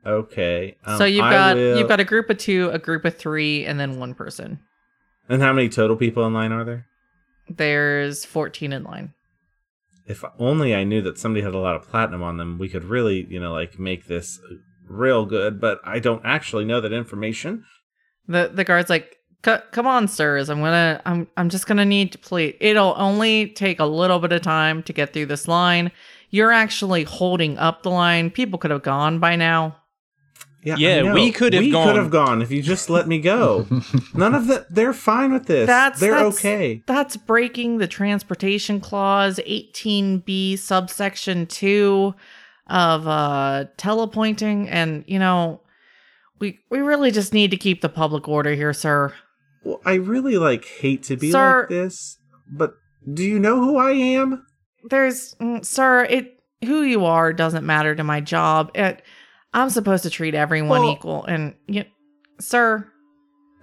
Speaker 5: Okay. um,
Speaker 2: so you've
Speaker 5: I
Speaker 2: got
Speaker 5: will-
Speaker 2: you've got a group of two, a group of three, and then one person.
Speaker 5: And how many total people in line are there?
Speaker 2: There's 14 in line.
Speaker 5: If only I knew that somebody had a lot of platinum on them, we could really, you know, like make this real good. But I don't actually know that information.
Speaker 2: The the guard's like, "C- "Come on, sirs. I'm gonna. I'm. I'm just gonna need to plead. It'll only take a little bit of time to get through this line. You're actually holding up the line. People could have gone by now.
Speaker 5: Yeah, I
Speaker 4: Yeah,
Speaker 5: know.
Speaker 4: we could have
Speaker 5: We
Speaker 4: gone.
Speaker 5: could have gone *laughs* if you just let me *laughs* go. None of that. They're fine with this.
Speaker 2: That's-
Speaker 5: they're
Speaker 2: that's-
Speaker 5: okay.
Speaker 2: That's breaking the transportation clause, 18b subsection two of uh, telepointing, and you know, we we really just need to keep the public order here, sir.
Speaker 5: Well, I really like hate to be
Speaker 2: Sir-
Speaker 5: like this, but do you know who I am?
Speaker 2: there's mm, sir it who you are doesn't matter to my job it i'm supposed to treat everyone
Speaker 5: Well-
Speaker 2: equal and you sir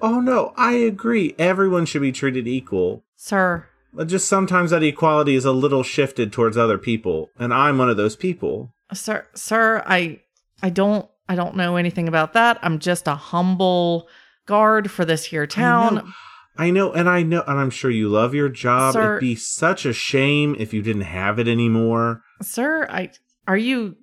Speaker 5: Oh no, I agree. Everyone should be treated equal.
Speaker 2: sir
Speaker 5: But just sometimes that equality is a little shifted towards other people, and I'm one of those people.
Speaker 2: sir sir i i don't i don't know anything about that i'm just a humble guard for this here
Speaker 5: I know,
Speaker 2: town
Speaker 5: I know and I know, and I'm sure you love your job.
Speaker 2: Sir-
Speaker 5: It'd be such a shame if you didn't have it anymore.
Speaker 2: sir i are you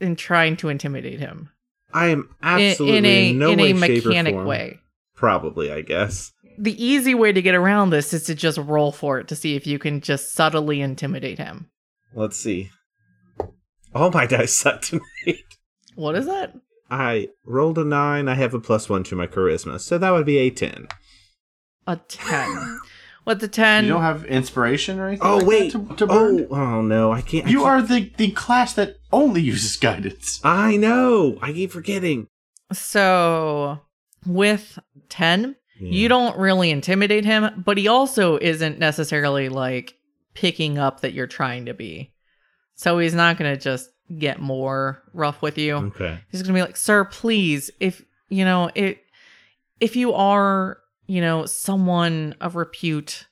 Speaker 2: in trying to intimidate him
Speaker 5: I am
Speaker 2: In-
Speaker 5: absolutely
Speaker 2: in, a
Speaker 5: in no
Speaker 2: in
Speaker 5: way,
Speaker 2: a
Speaker 5: shape,
Speaker 2: mechanic
Speaker 5: or form.
Speaker 2: way
Speaker 5: Probably, I guess.
Speaker 2: the easy way to get around this is to just roll for it to see if you can just subtly intimidate him
Speaker 5: Let's see. All my *laughs* dice suck tonight.
Speaker 2: what is that
Speaker 5: I rolled a nine. I have a plus one to my charisma, so that would be a ten.
Speaker 2: A
Speaker 5: *coughs*
Speaker 2: 10. With the 10,
Speaker 6: you don't have inspiration or anything?
Speaker 5: Oh
Speaker 6: like that
Speaker 5: wait!
Speaker 6: to, to
Speaker 5: oh,
Speaker 6: burn?
Speaker 5: oh no! I can't. I
Speaker 6: you
Speaker 5: can't-
Speaker 6: are the the class that only uses guidance.
Speaker 5: I know. I keep forgetting.
Speaker 2: so with 10, you don't really intimidate him, but he also isn't necessarily like picking up that you're trying to be. So he's not going to just get more rough with you.
Speaker 5: Okay.
Speaker 2: He's going to be like, "Sir, please, if, you know, it if you are, you know, someone of repute,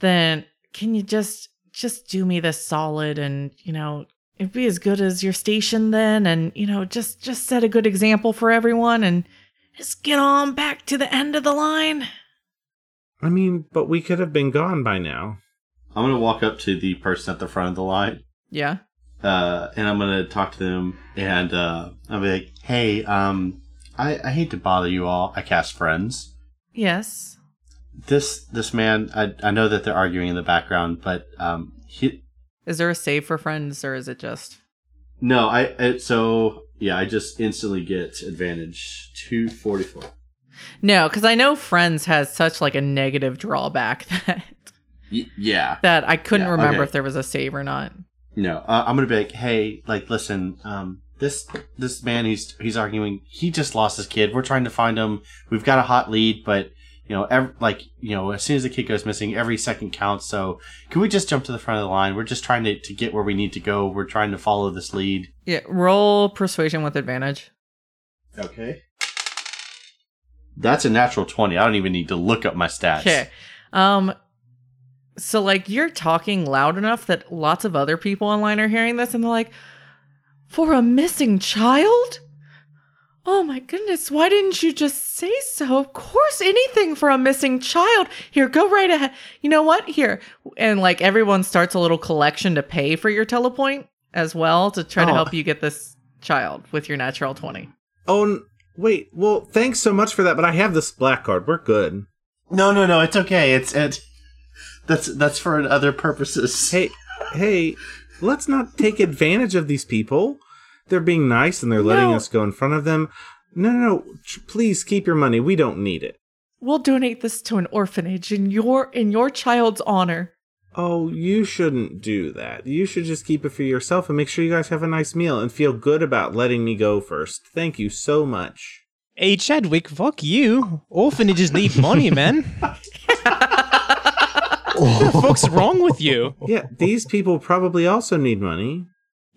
Speaker 2: then can you just just do me this solid and, you know, it'd be as good as your station then and, you know, just just set a good example for everyone and just get on back to the end of the line."
Speaker 5: I mean, but we could have been gone by now.
Speaker 6: I'm gonna walk up to the person at the front of the line,
Speaker 2: Yeah.
Speaker 6: uh, and I'm gonna talk to them, and uh, I'll be like, "Hey, um, I, I hate to bother you all. I cast friends.
Speaker 2: Yes.
Speaker 6: This this man, I I know that they're arguing in the background, but um, he
Speaker 2: Is there a save for friends or is it just
Speaker 6: no, I, I so yeah, I just instantly get advantage two forty four.
Speaker 2: No, cuz I know friends has such like a negative drawback *laughs* that
Speaker 6: Y- yeah,
Speaker 2: that I couldn't
Speaker 6: Yeah,
Speaker 2: remember
Speaker 6: okay.
Speaker 2: if there was a save or not.
Speaker 6: No, uh, I'm gonna be like, hey, like, listen, um, this this man he's he's arguing he just lost his kid. We're trying to find him. We've got a hot lead, but you know, ev like you know, as soon as the kid goes missing, every second counts. So can we just jump to the front of the line? We're just trying to, to get where we need to go. We're trying to follow this lead.
Speaker 2: Yeah, roll persuasion with advantage.
Speaker 6: Okay. That's a natural twenty. I don't even need to look up my stats.
Speaker 2: Okay. Um so like you're talking loud enough that lots of other people online are hearing this and they're like, "For a missing child?" Oh my goodness, why didn't you just say so? Of course, anything for a missing child. Here, go right ahead. You know what? Here. And like everyone starts a little collection to pay for your telepoint as well to try to
Speaker 6: Oh.
Speaker 2: help you get this child with your natural 20.
Speaker 5: Oh, n- wait. Well, thanks so much for that, but I have this black card. We're good.
Speaker 6: No, no, no. It's okay. It's it. That's that's for other purposes.
Speaker 5: Hey, hey, let's not take advantage of these people. They're being nice and they're letting
Speaker 2: No.
Speaker 5: us go in front of them. No, no, no. tr- Please keep your money. We don't need it.
Speaker 2: We'll donate this to an orphanage in your in your child's honor.
Speaker 5: Oh, you shouldn't do that. You should just keep it for yourself and make sure you guys have a nice meal and feel good about letting me go first. Thank you so much.
Speaker 4: Hey, Chadwick, fuck you. Orphanages need
Speaker 2: *laughs*
Speaker 4: money, man. what the fuck's wrong with you?
Speaker 5: Yeah, these people probably also need money.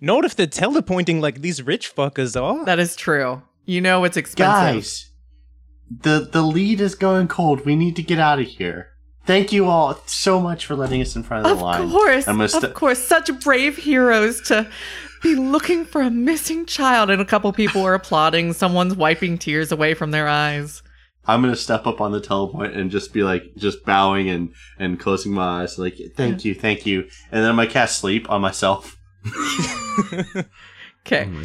Speaker 4: Not if they're telepointing like these rich fuckers are.
Speaker 2: That is true. You know it's expensive.
Speaker 6: guys, the the lead is going cold. We need to get out of here. Thank you all so much for letting us in front of,
Speaker 2: Of
Speaker 6: the line.
Speaker 2: course,
Speaker 6: I'm gonna
Speaker 2: of
Speaker 6: st-
Speaker 2: course, such brave heroes to be looking for a missing child, and a couple people are applauding. Someone's wiping tears away from their eyes.
Speaker 6: I'm gonna step up on the telepoint and just be like, just bowing and and closing my eyes, like, thank you, thank you, and then I'm gonna cast sleep on myself. Oh
Speaker 2: Okay, and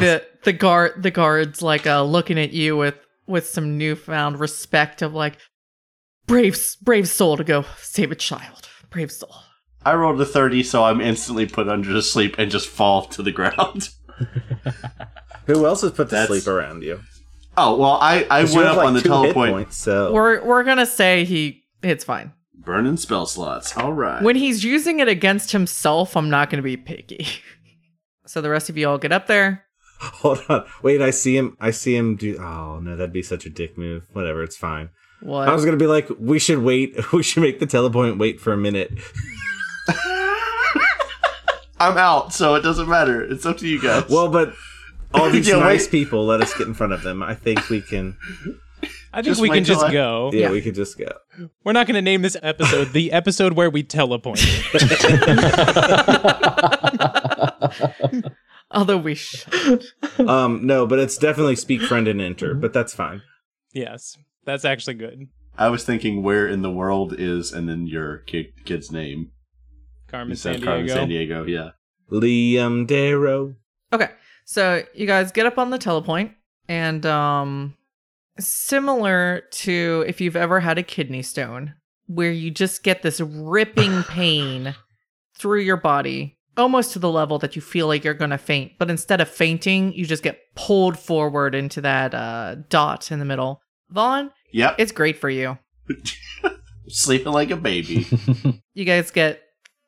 Speaker 2: the the guard the guards like uh, looking at you with with some newfound respect of like brave s- brave soul to go save a child, brave soul.
Speaker 6: I rolled a thirty, so I'm instantly put under the sleep and just fall to the *laughs* ground.
Speaker 5: Who else is put to
Speaker 6: That's-
Speaker 5: sleep around you?
Speaker 6: Oh well, I I went
Speaker 5: 'Cause you
Speaker 6: up
Speaker 5: have, like,
Speaker 6: on the
Speaker 5: two hit
Speaker 6: telepoint,
Speaker 5: points, so
Speaker 2: We're we're gonna say he it's fine
Speaker 6: burning spell slots. All right.
Speaker 2: when he's using it against himself. I'm not gonna be picky. so the rest of you all get up there.
Speaker 5: hold on. Wait, I see him. I see him do. Oh no, that'd be such a dick move. Whatever, it's fine.
Speaker 2: What?
Speaker 5: I was gonna be like, we should wait. *laughs* We should make the telepoint wait for a minute.
Speaker 6: I'm out, so it doesn't matter. It's up to you guys.
Speaker 5: Well, but all
Speaker 6: *laughs*
Speaker 5: these
Speaker 6: Yeah,
Speaker 5: nice
Speaker 6: wait.
Speaker 5: people let us get in front of them. I think
Speaker 6: *laughs*
Speaker 5: we can.
Speaker 4: I think
Speaker 6: Just
Speaker 4: we
Speaker 6: wait
Speaker 4: can
Speaker 6: till
Speaker 4: just
Speaker 6: I-
Speaker 4: go.
Speaker 5: Yeah,
Speaker 2: Yeah.
Speaker 5: we could just go.
Speaker 4: We're not going to name this episode the episode where we telepoint.
Speaker 2: Although we should.
Speaker 5: Um, no, but it's definitely speak friend and enter. But that's fine.
Speaker 4: *laughs* yes, that's actually good.
Speaker 6: I was thinking where in the world is, and then your kid, kid's name.
Speaker 4: Carmen
Speaker 6: You
Speaker 4: San
Speaker 6: said
Speaker 4: Diego.
Speaker 6: Carmen San Diego, yeah.
Speaker 5: Liam Darrow.
Speaker 2: Okay. So you guys get up on the telepoint and um similar to if you've ever had a kidney stone where you just get this ripping pain through your body almost to the level that you feel like you're going to faint but instead of fainting you just get pulled forward into that uh dot in the middle vaughn
Speaker 6: Yep,
Speaker 2: it's great for you
Speaker 6: sleeping like a
Speaker 7: *laughs*
Speaker 6: baby.
Speaker 2: you guys get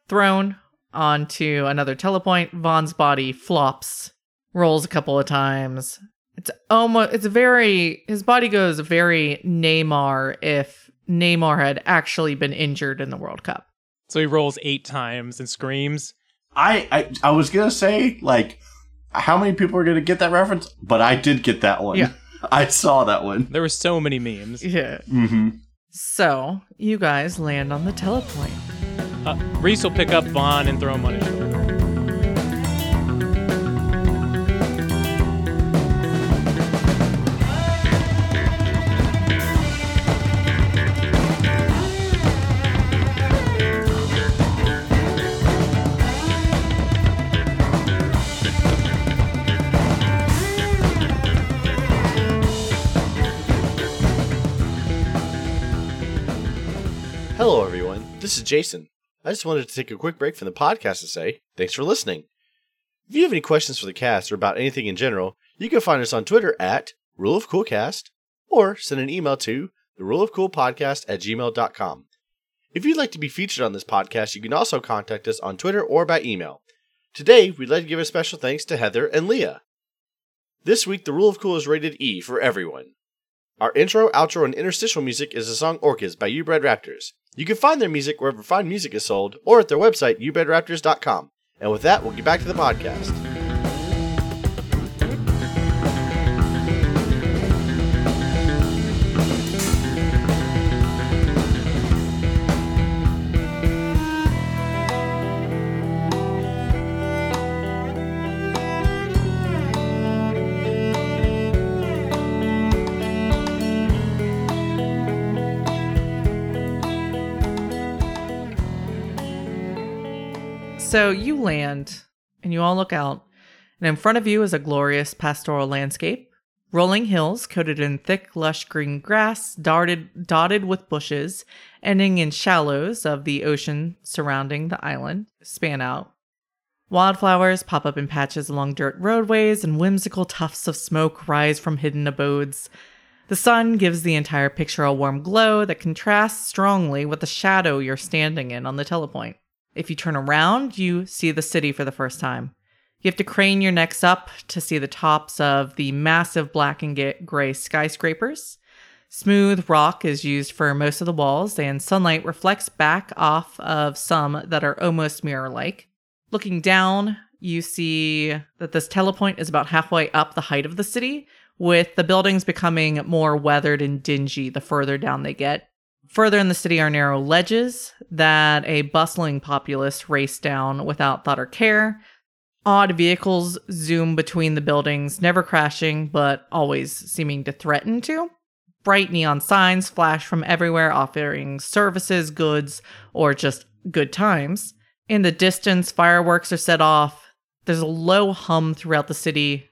Speaker 2: thrown onto another telepoint. Vaughn's body flops, rolls a couple of times. It's almost it's very his body goes very Neymar if Neymar had actually been injured in the World Cup.
Speaker 4: So he rolls eight times and screams.
Speaker 6: I, I I was gonna say like, how many people are gonna get that reference? But I did get that one.
Speaker 2: Yeah.
Speaker 6: *laughs* I saw that one.
Speaker 4: There were so many memes.
Speaker 2: Yeah.
Speaker 6: Mm-hmm.
Speaker 2: So you guys land on the telepoint.
Speaker 4: Uh, Reese will pick up Vaughn and throw him on his shoulder.
Speaker 3: Hello, everyone. This is Jason. I just wanted to take a quick break from the podcast to say thanks for listening. If you have any questions for the cast or about anything in general, you can find us on Twitter at Rule of Cool Cast or send an email to the Rule of Cool Podcast at gmail.com. If you'd like to be featured on this podcast, you can also contact us on Twitter or by email. Today, we'd like to give a special thanks to Heather and Leah. This week, the rule of cool is rated E for everyone. Our intro, outro, and interstitial music is the song Orcas by Ubred Raptors. You can find their music wherever fine music is sold or at their website, ubredraptors.com. And with that, we'll get back to the podcast.
Speaker 2: So you land and you all look out, and in front of you is a glorious pastoral landscape. Rolling hills coated in thick, lush green grass, darted, dotted with bushes, ending in shallows of the ocean surrounding the island, span out. Wildflowers pop up in patches along dirt roadways, and whimsical tufts of smoke rise from hidden abodes. The sun gives the entire picture a warm glow that contrasts strongly with the shadow you're standing in on the telepoint. If you turn around, you see the city for the first time. You have to crane your necks up to see the tops of the massive black and ga- gray skyscrapers. Smooth rock is used for most of the walls, and sunlight reflects back off of some that are almost mirror like. Looking down, you see that this telepoint is about halfway up the height of the city, with the buildings becoming more weathered and dingy the further down they get. Further in the city are narrow ledges that a bustling populace race down without thought or care. Odd vehicles zoom between the buildings, never crashing, but always seeming to threaten to. Bright neon signs flash from everywhere, offering services, goods, or just good times. In the distance, fireworks are set off. There's a low hum throughout the city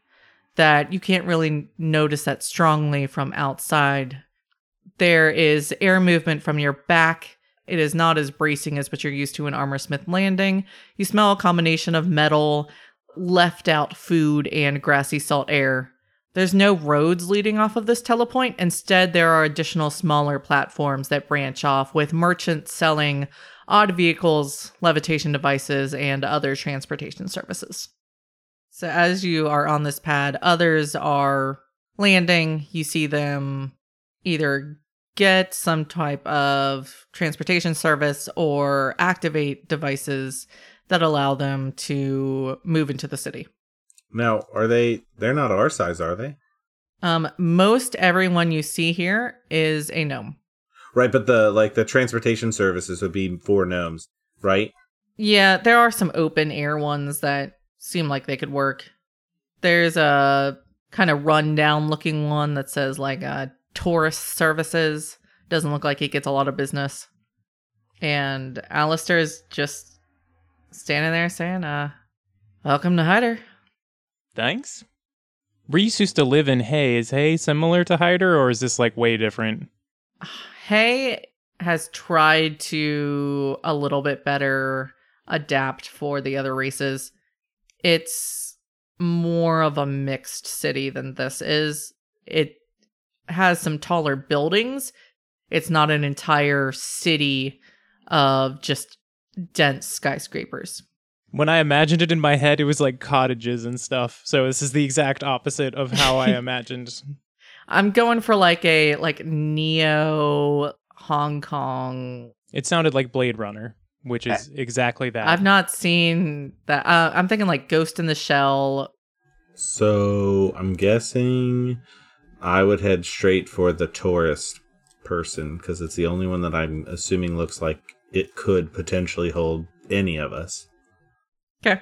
Speaker 2: that you can't really notice that strongly from outside there is air movement from your back. It is not as bracing as what you're used to in Armorsmith Landing. You smell a combination of metal, left out food, and grassy salt air. There's no roads leading off of this telepoint. Instead, there are additional smaller platforms that branch off with merchants selling odd vehicles, levitation devices, and other transportation services. So, as you are on this pad, others are landing. You see them either get some type of transportation service or activate devices that allow them to move into the city.
Speaker 5: Now, are they? They're not our size, are they?
Speaker 2: Um, most everyone you see here is a gnome.
Speaker 5: Right, but the like the transportation services would be for gnomes, right?
Speaker 2: Yeah, there are some open air ones that seem like they could work. There's a kind of rundown looking one that says like uh, tourist services. Doesn't look like it gets a lot of business. And Alistair is just standing there saying, uh, welcome to Hyder.
Speaker 4: Thanks. Reese used to live in Hay. Is Hay similar to Hyder, or is this like way different?
Speaker 2: Hay has tried to a little bit better adapt for the other races. It's more of a mixed city than this is. It has some taller buildings. It's not an entire city of just dense skyscrapers.
Speaker 4: When I imagined it in my head, it was like cottages and stuff. So this is the exact opposite of
Speaker 6: *laughs*
Speaker 4: how I imagined.
Speaker 2: I'm going for like a like neo Hong Kong.
Speaker 4: It sounded like Blade Runner, which is exactly that.
Speaker 2: I've not seen that. Uh, I'm thinking like Ghost in the Shell.
Speaker 5: So I'm guessing I would head straight for the tourist person because it's the only one that I'm assuming looks like it could potentially hold any of us.
Speaker 2: Okay.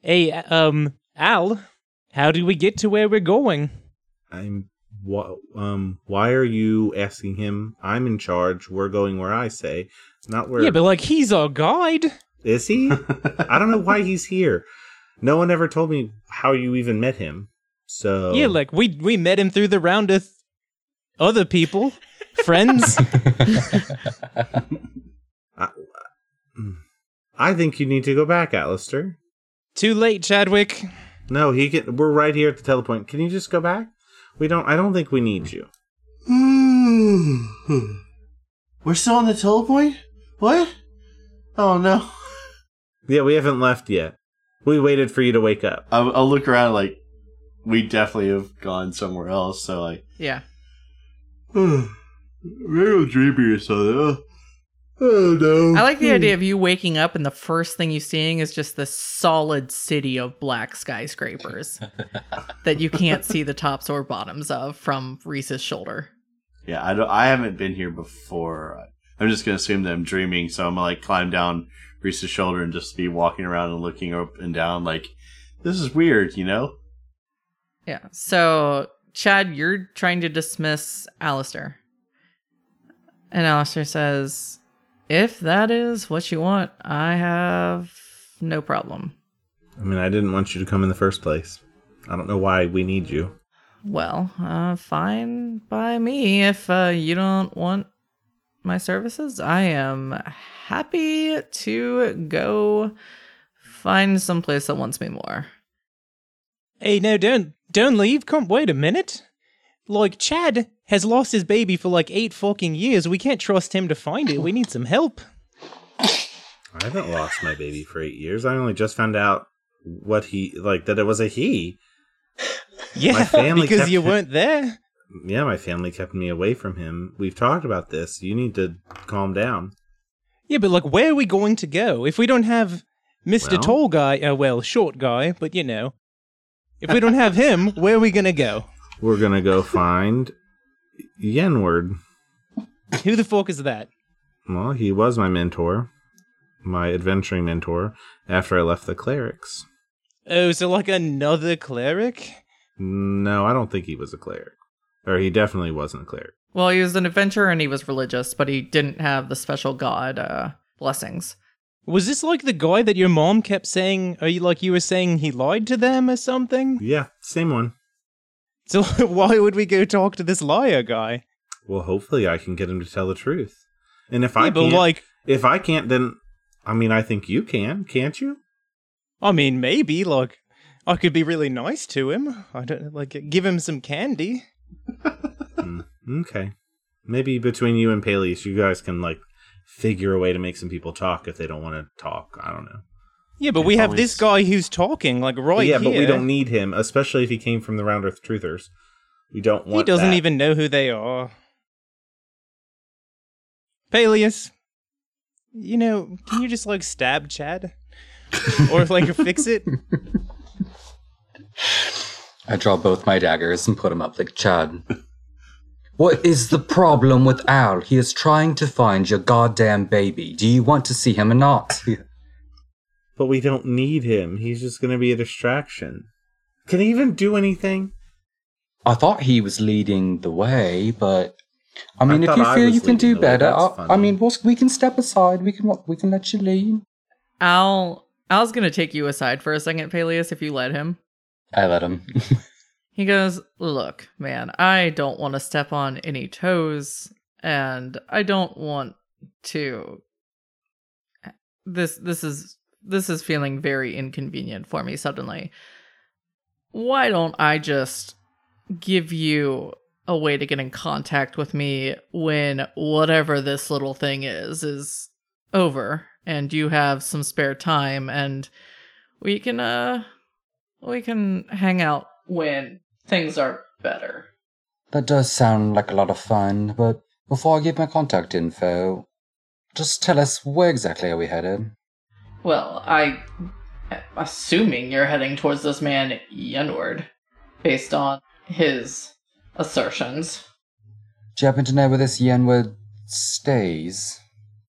Speaker 4: Hey, um, Al, how do we get to where we're going?
Speaker 5: I'm. Wh- um. Why are you asking him? I'm in charge. We're going where I say, not where.
Speaker 4: Yeah, but like he's our guide.
Speaker 5: Is he? I don't know why he's here. No one ever told me how you even met him. So
Speaker 4: Yeah, like we we met him through the round of other
Speaker 5: *laughs*
Speaker 4: people, friends.
Speaker 5: I think you need to go back, Alistair.
Speaker 4: Too late, Chadwick.
Speaker 5: No, he can. We're right here at the telepoint. Can you just go back? We don't. I don't think we need you.
Speaker 6: Hmm. We're still on the telepoint? What? Oh no.
Speaker 5: Yeah, we haven't left yet. We waited for you to wake up.
Speaker 6: I'll, I'll look around like, we definitely have gone somewhere else. So like,
Speaker 2: Yeah.
Speaker 6: *sighs* real dreamy uh, or something. Oh no!
Speaker 2: I like the idea of you waking up and the first thing you seeing is just the solid city of black skyscrapers that you can't see the tops or bottoms of from Reese's shoulder.
Speaker 6: Yeah, I don't. I haven't been here before. I'm just gonna assume that I'm dreaming, so I'm gonna like climb down Reese's shoulder and just be walking around and looking up and down. Like, this is weird, you know?
Speaker 2: Yeah. So, Chad, you're trying to dismiss Alistair. And Alistair says, If that is what you want, I have no problem.
Speaker 5: I mean, I didn't want you to come in the first place. I don't know why we need you.
Speaker 2: Well, uh, fine by me if uh, you don't want my services. I am happy to go find someplace that wants me more.
Speaker 4: Hey, no, don't don't leave. Come, wait a minute. Like Chad has lost his baby for like eight fucking years. We can't trust him to find it. We need some help.
Speaker 5: I haven't lost my baby for eight years. I only just found out what he like that it was a he.
Speaker 4: Yeah,
Speaker 5: family
Speaker 4: because
Speaker 5: kept-
Speaker 4: you weren't there.
Speaker 5: Yeah, my family kept me away from him. We've talked about this. You need to calm down.
Speaker 4: Yeah, but like, where are we going to go if we don't have Mister
Speaker 5: Well-
Speaker 4: Tall Guy? Uh, well, short guy, but you know, if we don't have him, *laughs* where are we gonna go?
Speaker 5: We're gonna go find Yenward.
Speaker 4: Who the fuck is that?
Speaker 5: Well, he was my mentor, my adventuring mentor. After I left the clerics.
Speaker 4: Oh, so like another cleric?
Speaker 5: No, I don't think he was a cleric, or he definitely wasn't a cleric.
Speaker 2: Well, he was an adventurer and he was religious, but he didn't have the special god uh, blessings.
Speaker 4: Was this like the guy that your mom kept saying? Are you like you were saying he lied to them or something?
Speaker 5: Yeah, same one.
Speaker 4: So *laughs* why would we go talk to this liar guy?
Speaker 5: Well, hopefully I can get him to tell the truth. And if
Speaker 4: yeah,
Speaker 5: I
Speaker 4: but
Speaker 5: can't,
Speaker 4: like,
Speaker 5: if I can't, then I mean, I think you can, can't you?
Speaker 4: I mean, maybe like I could be really nice to him. I don't like give him some candy.
Speaker 5: Mm, okay, maybe between you and Peleus, you guys can like figure a way to make some people talk if they don't want to talk. I don't know.
Speaker 4: Yeah, but we have this guy who's talking like right
Speaker 5: yeah, but we
Speaker 4: here.
Speaker 5: don't need him, especially if he came from the Round Earth Truthers. We don't want.
Speaker 4: he doesn't
Speaker 5: that.
Speaker 4: even know who they are. Peleus, you know, can you just like stab Chad, or like fix it?
Speaker 7: I draw both my daggers and put them up like Chad. *laughs* what is the problem with Al? He is trying to find your goddamn baby. Do you want to see him
Speaker 5: *laughs*
Speaker 7: or not?
Speaker 5: But we don't need him. He's just going to be a distraction. Can he even do anything?
Speaker 7: I thought he was leading the way, but I mean, if
Speaker 5: thought
Speaker 7: you
Speaker 5: I
Speaker 7: feel
Speaker 5: was
Speaker 7: you can
Speaker 5: leading
Speaker 7: do
Speaker 5: the way.
Speaker 7: better, uh,
Speaker 5: That's
Speaker 7: I, I
Speaker 5: funny.
Speaker 7: mean, we'll, we can step aside. We can we can let you lead.
Speaker 2: Al, Al's going to take you aside for a second, Peleus, if you let him.
Speaker 7: I
Speaker 5: *laughs*
Speaker 7: let him.
Speaker 2: He goes, Look, man, I don't want to step on any toes, and I don't want to this this is this is feeling very inconvenient for me suddenly. Why don't I just give you a way to get in contact with me when whatever this little thing is is over and you have some spare time and we can uh we can hang out when things are better.
Speaker 7: that does sound like a lot of fun, but before I give my contact info, just tell us where exactly are we headed?
Speaker 2: Well, I assuming you're heading towards this man Yenward, based on his assertions.
Speaker 7: Do you happen to know where this Yenward stays?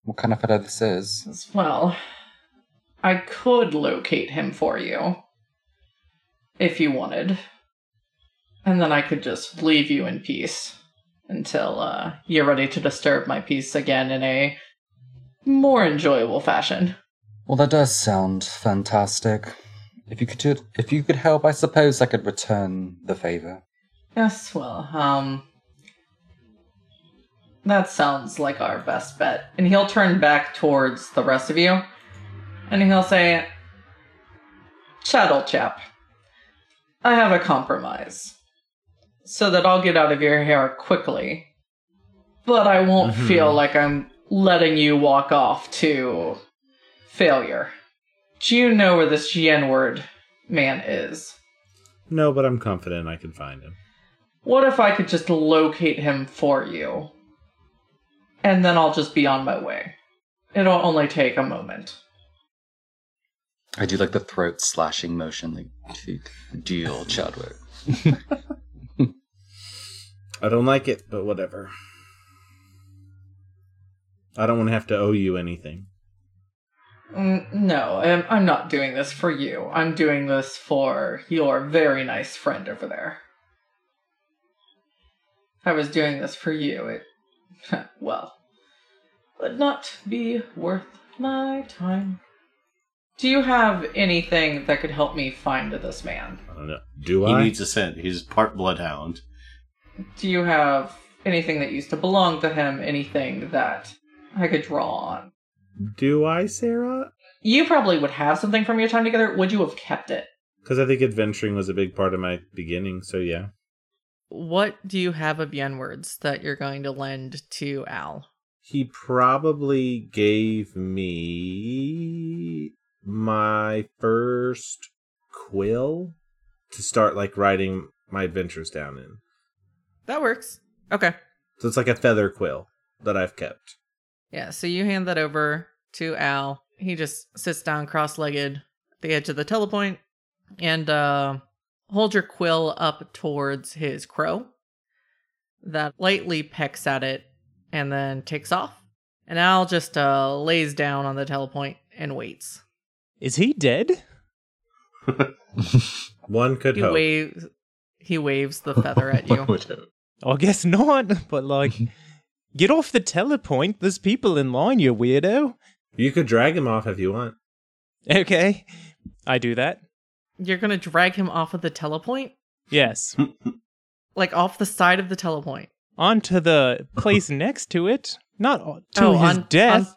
Speaker 7: What kind of fellow this is?
Speaker 2: As well, I could locate him for you if you wanted. And then I could just leave you in peace until uh, you're ready to disturb my peace again in a more enjoyable fashion.
Speaker 7: Well, that does sound fantastic. If you could do it, if you could help, I suppose I could return the favor.
Speaker 2: Yes, well, um. That sounds like our best bet. And he'll turn back towards the rest of you. And he'll say, Chat, old chap. I have a compromise. So that I'll get out of your hair quickly. But I won't
Speaker 5: Mhm.
Speaker 2: feel like I'm letting you walk off to failure. Do you know where this Yen word man is?
Speaker 5: No, but I'm confident I can find him.
Speaker 2: What if I could just locate him for you? And then I'll just be on my way. It'll only take a moment.
Speaker 7: I do like the throat slashing motion, like to *laughs* deal Chadwick.
Speaker 5: I don't like it, but whatever. I don't want to have to owe you anything.
Speaker 2: Mm, No, I'm, I'm not doing this for you. I'm doing this for your very nice friend over there. I was doing this for you. It, *laughs* well, would not be worth my time. Do you have anything that could help me find this man?
Speaker 5: I don't know. Do
Speaker 6: He
Speaker 5: I?
Speaker 6: needs a scent. He's part bloodhound.
Speaker 2: Do you have anything that used to belong to him? Anything that I could draw on?
Speaker 5: Do I, Sarah?
Speaker 2: You probably would have something from your time together. Would you have kept it?
Speaker 5: Because I think adventuring was a big part of my beginning, so yeah.
Speaker 2: What do you have of yen words that you're going to lend to Al?
Speaker 5: He probably gave me my first quill to start like writing my adventures down in.
Speaker 2: That works. Okay.
Speaker 5: So it's like a feather quill that I've kept.
Speaker 2: Yeah, so you hand that over to Al. He just sits down cross legged at the edge of the telepoint and uh, hold your quill up towards his crow that lightly pecks at it and then takes off. And Al just uh, lays down on the telepoint and waits.
Speaker 4: Is he dead?
Speaker 5: One could
Speaker 2: He
Speaker 5: hope.
Speaker 2: waves he waves the feather at you.
Speaker 4: I guess not, but like, get off the telepoint. There's people in line, you weirdo.
Speaker 5: You could drag him off if you want.
Speaker 4: Okay. I do that.
Speaker 2: You're gonna drag him off of the telepoint?
Speaker 4: Yes.
Speaker 2: Like off the side of the telepoint.
Speaker 4: Onto the place next to it. Not o- to
Speaker 2: Oh,
Speaker 4: his
Speaker 2: on-
Speaker 4: death.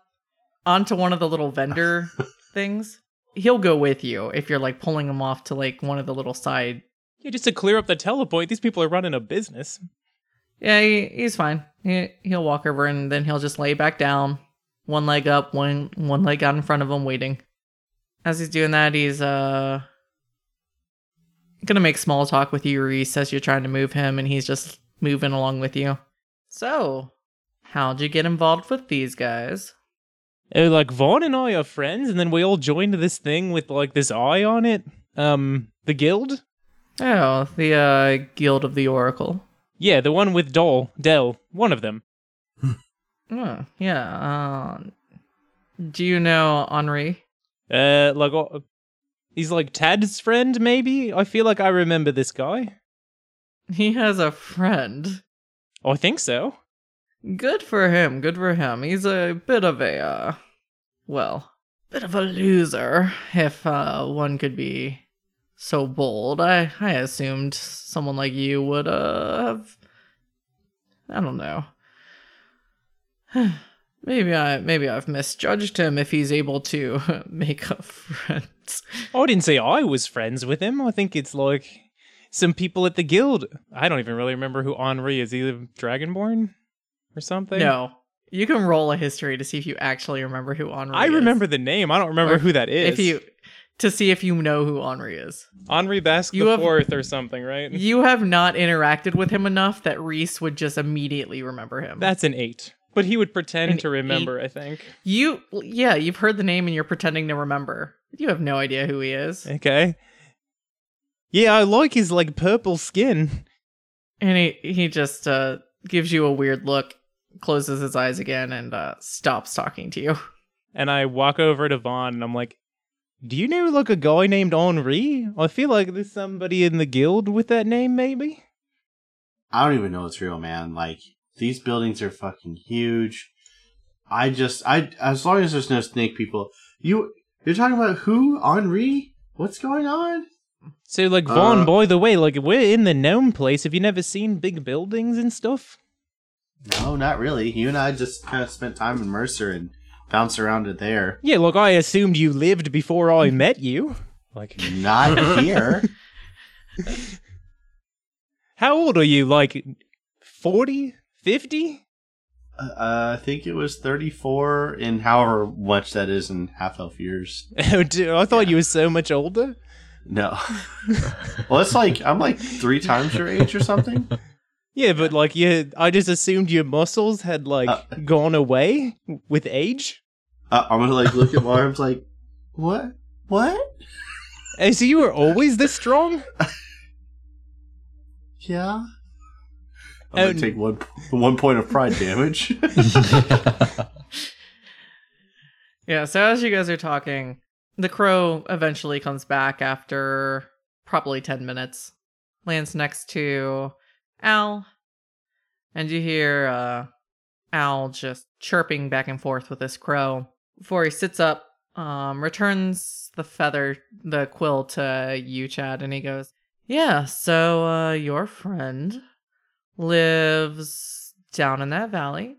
Speaker 2: on, onto one of the little
Speaker 4: *laughs*
Speaker 2: vendor things. He'll go with you if you're like pulling him off to like one of the little side.
Speaker 4: Yeah, just to clear up the telepoint, these people are running a business.
Speaker 2: Yeah, he, he's fine. He, he'll walk over and then he'll just lay back down, one leg up, one one leg out in front of him, waiting. As he's doing that, he's uh gonna make small talk with you, Reese, as you're trying to move him, and he's just moving along with you. So, how'd you get involved with these guys?
Speaker 4: Uh, like Vaughn and I are friends, and then we all joined this thing with like this eye on it. Um, the guild.
Speaker 2: Oh, the uh, Guild of the Oracle.
Speaker 4: Yeah, the one with Dol, Dell, one of them.
Speaker 2: Oh, yeah. Um, do you know Henri?
Speaker 4: Uh, like uh, he's like Tad's friend, maybe. I feel like I remember this guy.
Speaker 2: He has a friend.
Speaker 4: I think so.
Speaker 2: Good for him. Good for him. He's a bit of a, uh, well, bit of a loser, if uh, one could be so bold. I, I assumed someone like you would uh, have. I don't know. *sighs* maybe I maybe I've misjudged him if he's able to *laughs* make up friends.
Speaker 4: Oh, I didn't say I was friends with him. I think it's like some people at the guild. I don't even really remember who Henri is. He the Dragonborn or something.
Speaker 2: No. You can roll a history to see if you actually remember who Henri
Speaker 4: I
Speaker 2: is.
Speaker 4: remember the name. I don't remember
Speaker 2: Or
Speaker 4: who that is.
Speaker 2: if you to see if you know who Henri is.
Speaker 4: Henri Basque
Speaker 2: You
Speaker 4: the
Speaker 2: have-
Speaker 4: Fourth or something,
Speaker 2: *laughs*
Speaker 4: right?
Speaker 2: You have not interacted with him enough that Reese would just immediately remember him.
Speaker 4: That's an eight. But he would pretend
Speaker 2: An
Speaker 4: to remember, I think.
Speaker 2: you yeah, you've heard the name and you're pretending to remember. You have no idea who he is.
Speaker 4: Okay. Yeah, I like his like purple skin.
Speaker 2: And he he just uh gives you a weird look, closes his eyes again and uh stops talking to you. *laughs*
Speaker 4: And I walk over to Vaughn and I'm like, Do you know like a guy named Henri? I feel like there's somebody in the guild with that name, maybe?
Speaker 6: I don't even know it's real, man. Like these buildings are fucking huge. I just, I as long as there's no snake people, you you're talking about who Henri? What's going on?
Speaker 4: So like Vaughn,
Speaker 6: Uh,
Speaker 4: by the way, like we're in the gnome place. Have you never seen big buildings and stuff?
Speaker 6: No, not really. You and I just kind of spent time in Mercer and bounced around it there.
Speaker 4: Yeah, look, I assumed you lived before I met you. Like
Speaker 6: *laughs* Not here.
Speaker 4: How old are you? Like 40? 50? *laughs*
Speaker 6: Uh, I think it was 34 in however much that is in half elf years.
Speaker 4: Oh, dude, I thought you were so much older.
Speaker 6: *laughs* No. well, it's like I'm like three times your age or something.
Speaker 4: Yeah, but like you, I just assumed your muscles had like
Speaker 6: Uh.
Speaker 4: gone away with age.
Speaker 6: Uh, I'm gonna like look at my arms like, what? What?
Speaker 4: Hey, so you were always this strong?
Speaker 6: Yeah. I'm
Speaker 4: Oh,
Speaker 6: gonna take one one point of pride
Speaker 5: *laughs*
Speaker 6: damage.
Speaker 2: Yeah, so as you guys are talking, the crow eventually comes back after probably 10 minutes, lands next to Al, and you hear uh, Al just chirping back and forth with this crow before he sits up, um, returns the feather, the quill to you, Chad, and he goes, Yeah, so uh, your friend lives down in that valley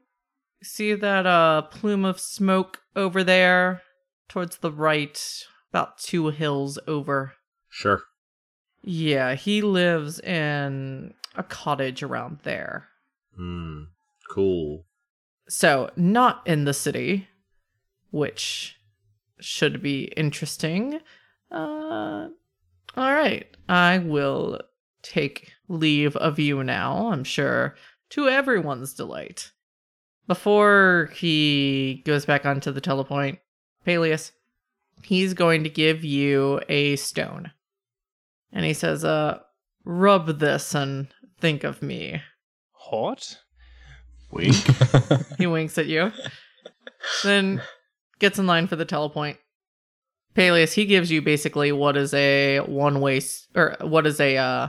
Speaker 2: see that uh plume of smoke over there towards the right about two hills over
Speaker 5: Sure.
Speaker 2: yeah he lives in a cottage around there
Speaker 5: Hmm. Cool.
Speaker 2: so not in the city which should be interesting uh all right i will take leave of you now i'm sure to everyone's delight before he goes back onto the telepoint peleus he's going to give you a stone and he says uh rub this and think of me
Speaker 4: hot?
Speaker 6: Wink.
Speaker 2: he winks at you. Then gets in line for the telepoint. Peleus, he gives you basically what is a one way or what is a uh,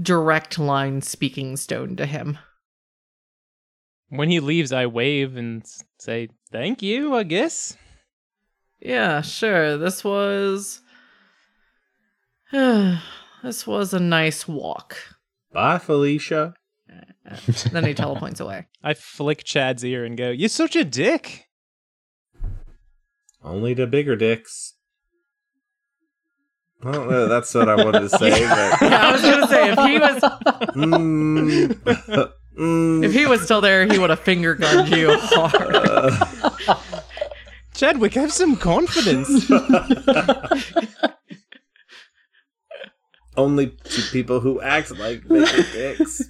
Speaker 2: direct line speaking stone to him.
Speaker 4: When he leaves, I wave and s- say thank you. I guess.
Speaker 2: Yeah, sure. This was. *sighs* this was a nice walk.
Speaker 5: Bye, Felicia.
Speaker 2: Then he telepoints away.
Speaker 4: I flick Chad's ear and go, "You're such a dick."
Speaker 5: Only to bigger dicks. I don't know. That's what I wanted
Speaker 2: *laughs*
Speaker 5: to say. But,
Speaker 2: Yeah, I
Speaker 5: *laughs*
Speaker 2: was gonna say if he was *laughs*
Speaker 5: Mm. Mm.
Speaker 2: if he was still there, he would have finger gunned you hard.
Speaker 5: Uh,
Speaker 4: Chadwick, have some *laughs* confidence.
Speaker 5: Only to people who act like
Speaker 2: *laughs*
Speaker 5: bigger dicks.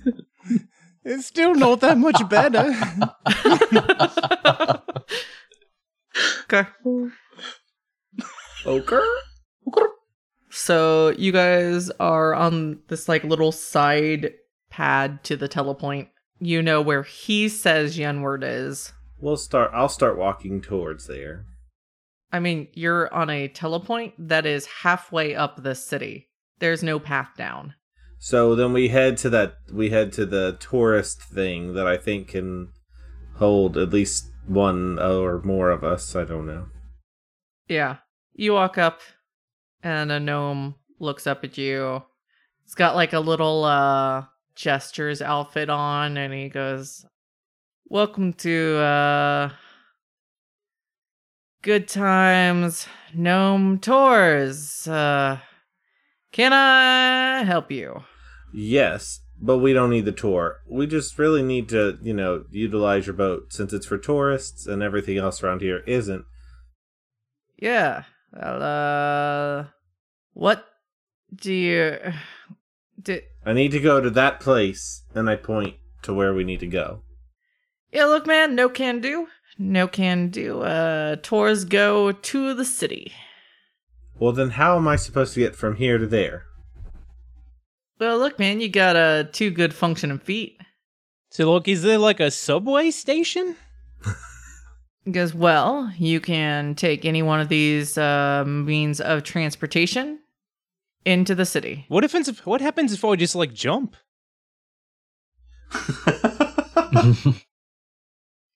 Speaker 4: it's still not that much better.
Speaker 2: Okay.
Speaker 5: Poker?
Speaker 2: So you guys are on this like little side pad to the telepoint. You know where he says Yenward is.
Speaker 5: We'll start. I'll start walking towards there.
Speaker 2: I mean, you're on a telepoint that is halfway up the city. There's no path down.
Speaker 5: So then we head to that. We head to the tourist thing that I think can hold at least one or more of us. I don't know.
Speaker 2: Yeah. You walk up and a gnome looks up at you. It's got like a little uh gestures outfit on and he goes, "Welcome to uh Good Times Gnome Tours. Uh can I help you?"
Speaker 5: Yes, but we don't need the tour. We just really need to, you know, utilize your boat since it's for tourists and everything else around here isn't.
Speaker 2: Yeah. Well, uh what do you *sighs* do,
Speaker 5: I need to go to that place, and I point to where we need to go.
Speaker 2: Yeah, look, man, no can do. No can do. Uh, tours go to the city.
Speaker 5: Well, then how am I supposed to get from here to there?
Speaker 2: Well, look, man, you got uh, two good functioning feet.
Speaker 4: *laughs* so, look, is there like a subway station?
Speaker 2: Because, well, you can take any one of these uh, means of transportation into the city.
Speaker 4: What if it's, what happens if I just like jump?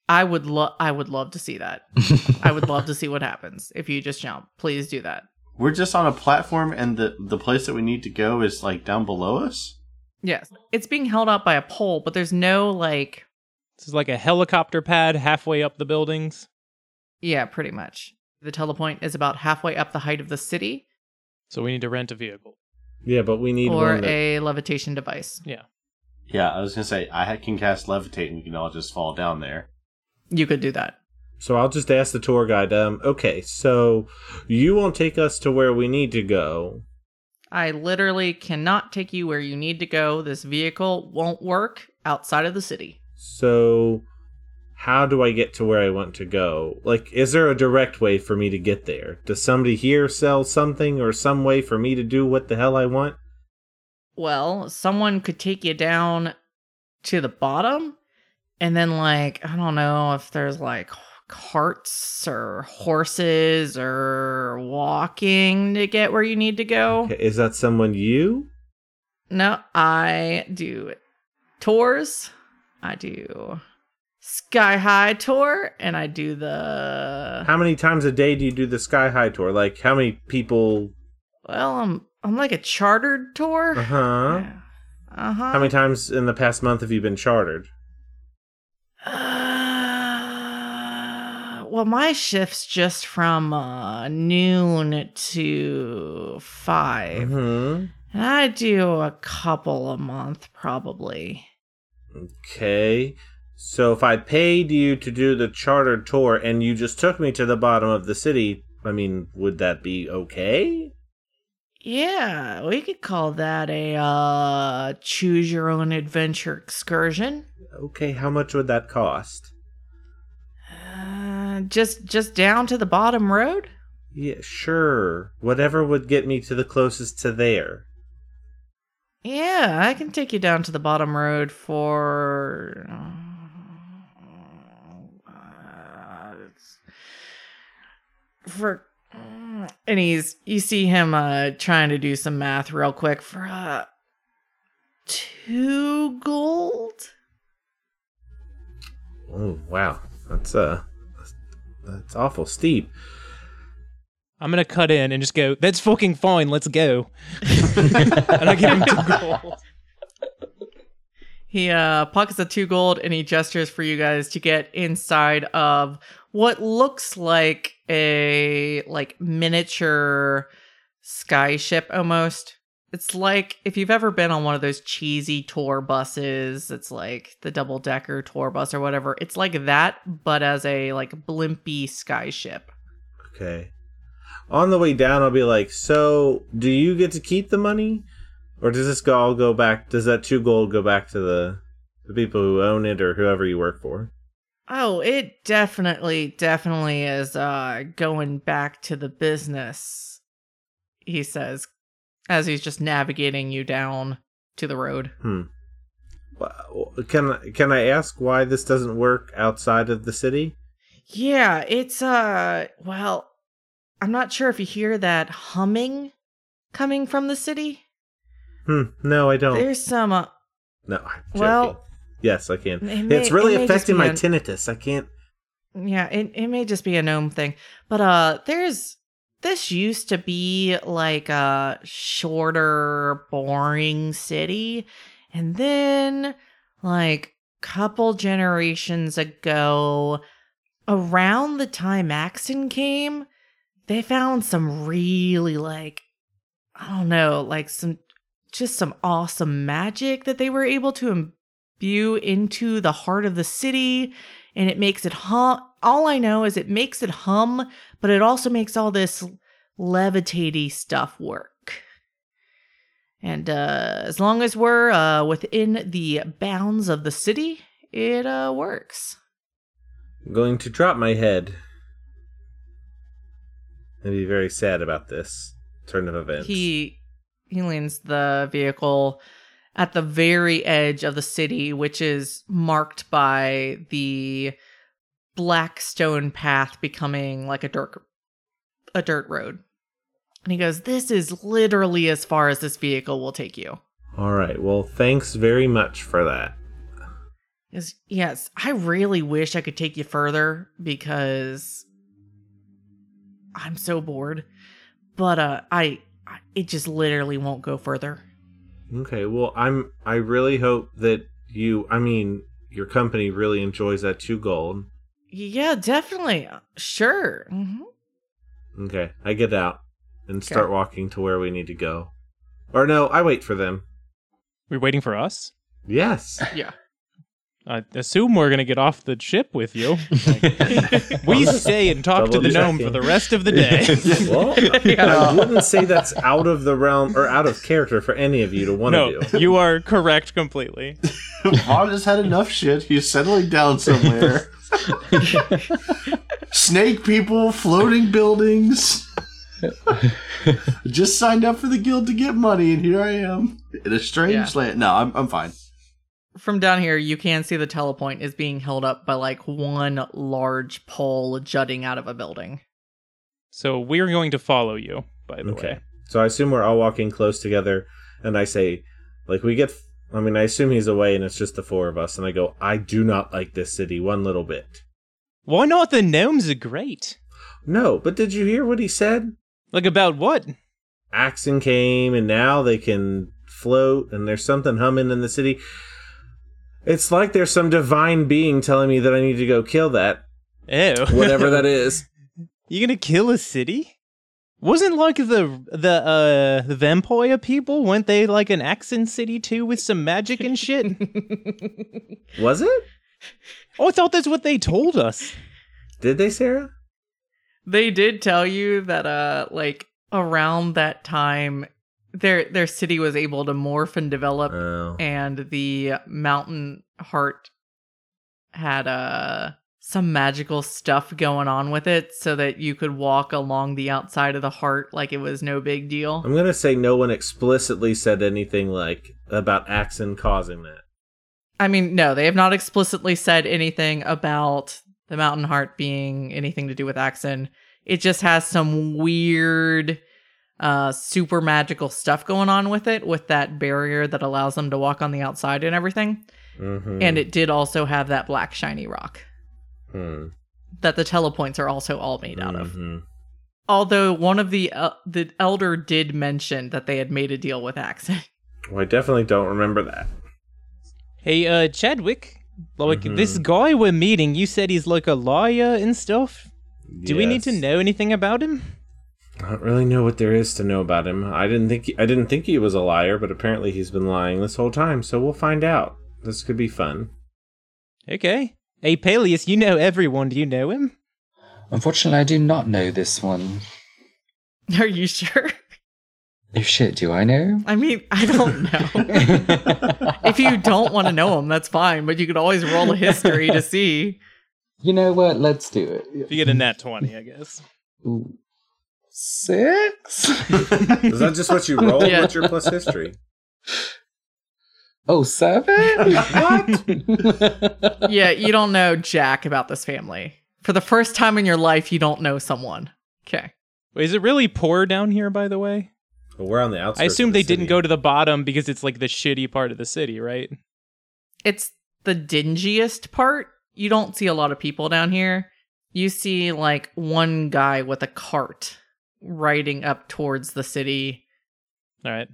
Speaker 2: I would love, I would love to see
Speaker 6: *laughs*
Speaker 2: that. I would love to see what happens if you just jump. Please do that.
Speaker 6: We're just on a platform, and the the place that we need to go is like down below us.
Speaker 2: Yes, it's being held up by a pole, but there's no like,
Speaker 4: This is like a helicopter pad halfway up the buildings.
Speaker 2: yeah, pretty much. The telepoint is about halfway up the height of the city,
Speaker 4: So we need to rent a vehicle.
Speaker 5: Yeah, but we need
Speaker 2: or
Speaker 5: one. That-
Speaker 2: a levitation device.
Speaker 6: Yeah, I was gonna say I ha- can cast levitate, and we can all just fall down there.
Speaker 2: You could do that.
Speaker 5: so I'll just ask the tour guide. Um, okay, so you won't take us to where we need to go,
Speaker 2: I literally cannot take you where you need to go. This vehicle won't work outside of the city.
Speaker 5: So, how do I get to where I want to go? Like, is there a direct way for me to get there? Does somebody here sell something or some way for me to do what the hell I want?
Speaker 2: Well, someone could take you down to the bottom, and then, like, I don't know if there's like carts or horses or walking to get where you need to go.
Speaker 5: Okay, Is that someone you?
Speaker 2: No, I do tours. I do sky high tour, and I do the
Speaker 5: How many times a day do you do the Sky High tour? Like, how many people?
Speaker 2: well. I'm I'm like a chartered tour.
Speaker 5: Uh huh.
Speaker 2: Uh huh.
Speaker 5: How many times in the past month have you been chartered?
Speaker 2: Uh, well, my shift's just from uh, noon to 5
Speaker 5: Mm-hmm.
Speaker 2: And I do a couple a month, probably.
Speaker 5: Okay. So if I paid you to do the chartered tour and you just took me to the bottom of the city, I mean, would that be okay?
Speaker 2: Yeah, we could call that a uh, choose your own adventure excursion.
Speaker 5: Okay, how much would that cost?
Speaker 2: Uh, just just down to the bottom road.
Speaker 5: Yeah, sure. Whatever would get me to the closest to there.
Speaker 2: Yeah, I can take you down to the bottom road for. uh, For. And he's. You see him uh, trying to do some math real quick for uh, two gold?
Speaker 5: Oh, wow. That's uh that's awful steep.
Speaker 4: I'm gonna cut in and just go. That's fucking fine. Let's go. *laughs* and I *laughs* give him two gold.
Speaker 2: He uh, pockets the two gold and he gestures for you guys to get inside of what looks like a like miniature sky ship almost. It's like if you've ever been on one of those cheesy tour buses, it's like the double decker tour bus or whatever. It's like that, but as a like blimpy sky ship.
Speaker 5: Okay. On the way down I'll be like, "So, do you get to keep the money or does this all go back does that 2 gold go back to the the people who own it or whoever you work for?"
Speaker 2: Oh, it definitely, definitely is uh going back to the business, he says, as he's just navigating you down to the road.
Speaker 5: Hmm. Well, Can can I ask why this doesn't work outside of the city?
Speaker 2: Yeah, it's uh well, I'm not sure if you hear that humming coming from the city.
Speaker 5: Hmm. No, I don't.
Speaker 2: There's some uh,
Speaker 5: no. I'm joking.
Speaker 2: well,
Speaker 5: yes, I can.
Speaker 2: it may-
Speaker 5: it's really
Speaker 2: it may just
Speaker 5: affecting
Speaker 2: be
Speaker 5: my
Speaker 2: an-
Speaker 5: tinnitus. I can't.
Speaker 2: Yeah, it, it may just be a gnome thing. But uh there's this used to be like a shorter, boring city. And then like couple generations ago, around the time Axon came, they found some really like I don't know, like some just some awesome magic that they were able to imbue into the heart of the city and it makes it hum. All I know is it makes it hum, but it also makes all this levitaty stuff work. And uh, as long as we're uh, within the bounds of the city, it uh, works.
Speaker 5: I'm going to drop my head. And be very sad about this turn of events.
Speaker 2: He he leans the vehicle at the very edge of the city, which is marked by the black stone path becoming like a dirt a dirt road. And he goes, "This is literally as far as this vehicle will take you."
Speaker 5: All right. Well, thanks very much for that.
Speaker 2: He goes, yes, I really wish I could take you further because I'm so bored. But uh, I, I it just literally won't go further.
Speaker 5: Okay. Well, I'm. I really hope that you. I mean, your company really enjoys that two gold.
Speaker 2: Yeah, definitely. Uh, Sure. hmm
Speaker 5: Okay, I get out and start
Speaker 2: Okay.
Speaker 5: walking to where we need to go. Or no, I wait for them.
Speaker 4: We're waiting for us.
Speaker 5: Yes.
Speaker 2: Yeah.
Speaker 4: I assume we're gonna get off the ship with you. Like, we stay and talk to the gnome for
Speaker 5: Double-checking.
Speaker 4: the rest of the day.
Speaker 5: *laughs* Well, I wouldn't say that's out of the realm or out of character for any of you to want to
Speaker 4: no, *laughs*
Speaker 5: do.
Speaker 4: you are correct completely.
Speaker 6: Vaughn has had enough shit. He's settling down
Speaker 5: *laughs*
Speaker 6: somewhere. Snake people, floating
Speaker 5: *laughs*
Speaker 6: buildings. Just signed up for the guild to get money, and here I am in a strange
Speaker 2: Yeah.
Speaker 6: land. No, I'm, I'm fine.
Speaker 2: From down here, you can see the telepoint is being held up by like one large pole jutting out of a building.
Speaker 4: So we're going to follow you. By the
Speaker 5: Okay.
Speaker 4: way,
Speaker 5: So I assume we're all walking close together, and I say, like, we get. f- I mean, I assume he's away, and it's just the four of us. And I go, I do not like this city one little bit.
Speaker 4: why not? The gnomes are great.
Speaker 5: No, but did you hear what he said?
Speaker 4: Like about what?
Speaker 5: Axon came, and now they can float, and there's something humming in the city. It's like there's some divine being telling me that I need to go kill that,
Speaker 4: Ew.
Speaker 5: whatever
Speaker 4: *laughs*
Speaker 5: that is.
Speaker 4: You gonna kill a city? Wasn't like the the uh the Vampire people? Weren't they like an accent city too with some magic and
Speaker 5: *laughs*
Speaker 4: shit?
Speaker 5: Was it?
Speaker 4: oh, I thought that's what they told us.
Speaker 5: Did they, Sarah?
Speaker 2: They did tell you that uh like around that time their their city was able to morph and develop
Speaker 5: Oh.
Speaker 2: and the mountain heart had uh some magical stuff going on with it so that you could walk along the outside of the heart like it was no big deal.
Speaker 5: I'm gonna say no one explicitly said anything like about Axon causing that.
Speaker 2: I mean, no, they have not explicitly said anything about the Mountain Heart being anything to do with Axon. It just has some weird, uh, super magical stuff going on with it, with that barrier that allows them to walk on the outside and everything.
Speaker 5: Mm-hmm.
Speaker 2: And it did also have that black shiny rock that the telepoints are also all made out
Speaker 5: Mm-hmm.
Speaker 2: of.
Speaker 4: Mm-hmm.
Speaker 2: Although one of the uh, the elder did mention that they had made a deal with Axon. *laughs*
Speaker 5: Well, I definitely don't remember that.
Speaker 4: Hey, uh, Chadwick, like
Speaker 5: Mhm.
Speaker 4: this guy we're meeting, you said he's like a liar and stuff. Do we need to
Speaker 5: Yes.
Speaker 4: know anything about him?
Speaker 5: I don't really know what there is to know about him. I didn't think he, I didn't think he was a liar, but apparently he's been lying this whole time. So we'll find out. This could be fun.
Speaker 4: Okay. Hey, Peleus, you know everyone. Do you know him?
Speaker 7: Unfortunately, I do not know this one.
Speaker 2: Are you sure?
Speaker 7: Oh shit, do I know?
Speaker 2: I mean, I don't know. if you don't want to know him, that's fine, but you could always roll a history to see.
Speaker 7: you know what? Let's do it.
Speaker 4: If you get a nat 20, I guess.
Speaker 7: Ooh. *laughs* Six?
Speaker 5: Is that just
Speaker 4: *laughs*
Speaker 5: what you roll?
Speaker 2: Yeah.
Speaker 5: What's your plus history?
Speaker 7: Oh, seven? what?
Speaker 2: Yeah, you don't know Jack about this family. For the first time in your life, you don't know someone. Okay.
Speaker 4: Wait, is it really poor down here, by the way?
Speaker 5: Well, we're on the outside.
Speaker 4: I assume they didn't go to the bottom because it's like the shitty part of the city, right?
Speaker 2: It's the dingiest part. You don't see a lot of people down here. You see, like, one guy with a cart riding up towards the city.
Speaker 4: All right.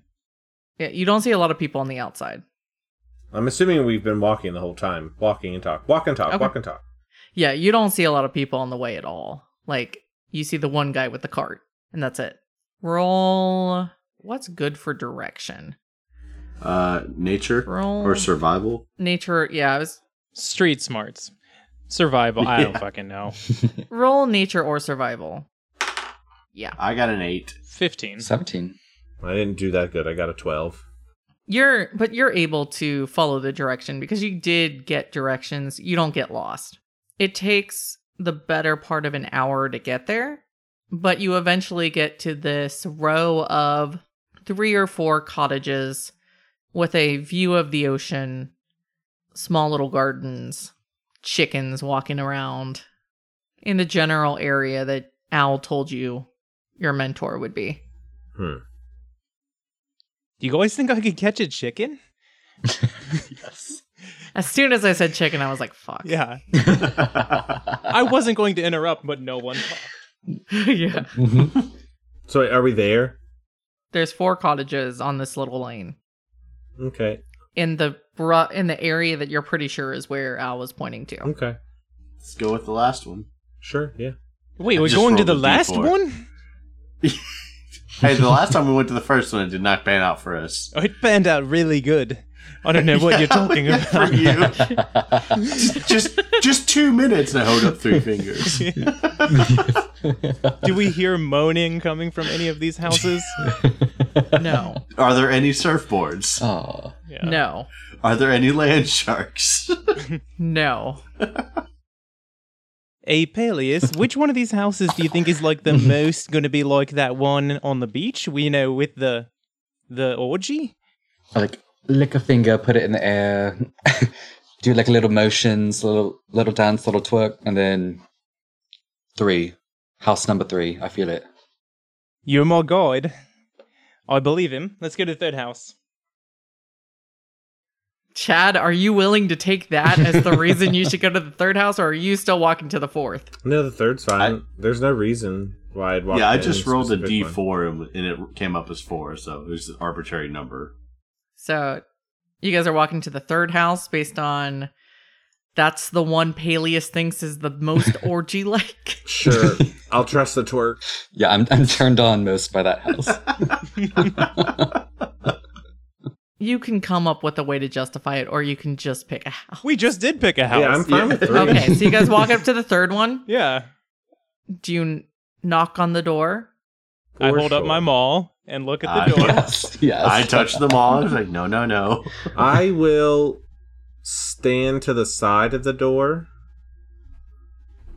Speaker 2: Yeah, you don't see a lot of people on the outside.
Speaker 5: I'm assuming we've been walking the whole time, walking and talk, walk and talk,
Speaker 2: Okay.
Speaker 5: walk and talk.
Speaker 2: Yeah, you don't see a lot of people on the way at all. Like you see the one guy with the cart, and that's it. Roll. What's good for direction?
Speaker 6: Uh, nature
Speaker 2: Roll
Speaker 6: or survival?
Speaker 2: nature. Yeah, I was
Speaker 4: Street smarts. Survival. I *laughs* don't fucking know.
Speaker 2: roll nature or survival. Yeah,
Speaker 6: I got an eight.
Speaker 4: 15.
Speaker 7: *laughs* *laughs* Seventeen.
Speaker 5: I didn't do that good. I got a twelve.
Speaker 2: you're but you're able to follow the direction because you did get directions. You don't get lost. It takes the better part of an hour to get there, but you eventually get to this row of three or four cottages with a view of the ocean, small little gardens, chickens walking around in the general area that Al told you your mentor would be.
Speaker 5: Hmm.
Speaker 4: Do you guys think I could catch a chicken?
Speaker 2: As soon as I said chicken, I was like, fuck.
Speaker 4: Yeah.
Speaker 7: Mm-hmm.
Speaker 4: I wasn't going to interrupt, but no one.
Speaker 2: *laughs* yeah.
Speaker 7: Mhm.
Speaker 5: So are we there?
Speaker 2: There's four cottages on this little lane
Speaker 5: Okay.
Speaker 2: in the bru- in the area that you're pretty sure is where Al was pointing to.
Speaker 5: Okay.
Speaker 6: Let's go with the last one.
Speaker 5: Sure. Yeah.
Speaker 4: Wait,
Speaker 6: I
Speaker 4: we're
Speaker 6: just
Speaker 4: going to
Speaker 6: rolled a
Speaker 4: the last
Speaker 6: D4.
Speaker 4: one?
Speaker 6: Hey, the last time we went to the first one, it did not pan out for us.
Speaker 4: Oh, it panned out really good. I don't know what
Speaker 6: Yeah,
Speaker 4: *laughs* you're talking
Speaker 6: yeah, for
Speaker 4: about.
Speaker 6: you. *laughs* just just two minutes and I hold up three fingers.
Speaker 4: Do we hear moaning coming from any of these houses?
Speaker 2: No,
Speaker 6: Are there any surfboards?
Speaker 7: Aw.
Speaker 4: *laughs*
Speaker 2: *laughs*
Speaker 4: Yeah.
Speaker 2: no,
Speaker 6: Are there any land sharks? *laughs*
Speaker 2: no.
Speaker 4: A Peleus, which one of these houses do you think is
Speaker 6: *laughs*
Speaker 4: like the most going to be like that one on the beach? We you know with the the orgy.
Speaker 7: I like lick a finger, put it in the air, *laughs* do like little motions, little little dance, little twerk, and then three. House number three. I feel it.
Speaker 4: You're my god. I believe him. Let's go to the third house.
Speaker 2: Chad, are you willing to take that as the reason you should go to the third house, or are you still walking to the fourth?
Speaker 5: No, the third's fine. There's no reason why I'd walk.
Speaker 6: yeah, I
Speaker 5: in
Speaker 6: just rolled a
Speaker 5: specific
Speaker 6: D4
Speaker 5: one.
Speaker 6: and- and it came up as four, so it was an arbitrary number.
Speaker 2: So you guys are walking to the third house based on that's the one Peleus thinks is the most orgy like.
Speaker 6: *laughs*
Speaker 5: Sure, I'll trust the twerk.
Speaker 7: Yeah, I'm I'm turned on most by that house.
Speaker 2: You can come up with a way to justify it, or you can just pick a house.
Speaker 4: We just did pick a house.
Speaker 5: Yeah, I'm fine with three.
Speaker 2: Okay, so you guys walk up to the third one.
Speaker 4: Yeah.
Speaker 2: Do you n- knock on the door?
Speaker 4: I
Speaker 5: For
Speaker 4: hold up
Speaker 5: sure.
Speaker 4: my maul and look at
Speaker 6: I-
Speaker 4: the door. *laughs*
Speaker 7: yes, yes.
Speaker 6: I touched them all. I was like, no, no, no.
Speaker 5: I will stand to the side of the door.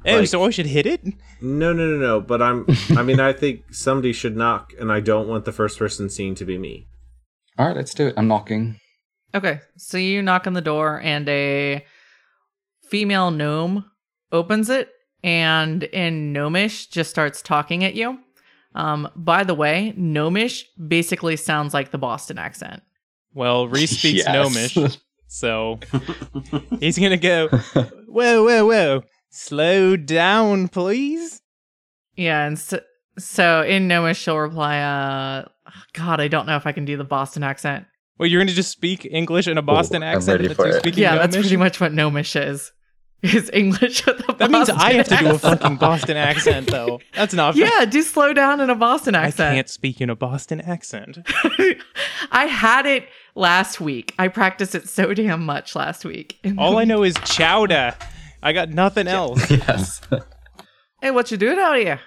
Speaker 4: Oh,
Speaker 5: Like-
Speaker 4: so I should hit it?
Speaker 5: No, no, no, no. But I'm. I mean, I think somebody should knock, and I don't want the first person seen to be me.
Speaker 7: All right, let's do it. I'm knocking.
Speaker 2: Okay, so you knock on the door, and a female gnome opens it and in Gnomish just starts talking at you. Um, by the way, Gnomish basically sounds like the Boston accent.
Speaker 4: Well,
Speaker 5: *laughs*
Speaker 4: Reese speaks
Speaker 7: Yes.
Speaker 4: gnomish, so he's gonna go. Whoa, whoa, whoa! Slow down, please.
Speaker 2: Yeah, and so, so in Gnomish, she'll reply, uh, God, I don't know if I can do the Boston accent.
Speaker 4: Well, you're gonna just speak English
Speaker 5: Oh,
Speaker 4: in a Boston
Speaker 7: I'm
Speaker 4: accent.
Speaker 7: ready
Speaker 4: and the
Speaker 7: for
Speaker 4: two
Speaker 7: it.
Speaker 4: speaking
Speaker 2: Yeah, that's
Speaker 4: Gnomish?
Speaker 2: pretty much what Gnomish is. Is English with a
Speaker 4: That means
Speaker 2: Boston
Speaker 4: I have to do a
Speaker 2: accent.
Speaker 4: fucking Boston accent, though. That's not fair.
Speaker 2: *laughs* Yeah, do slow down in a Boston
Speaker 4: I
Speaker 2: accent.
Speaker 4: can't speak in a Boston accent.
Speaker 2: *laughs* I had it last week. I practiced it so damn much last week.
Speaker 4: All
Speaker 2: *laughs*
Speaker 4: I know is chowder. I got nothing else.
Speaker 7: Yes.
Speaker 2: Hey, what you doing out here?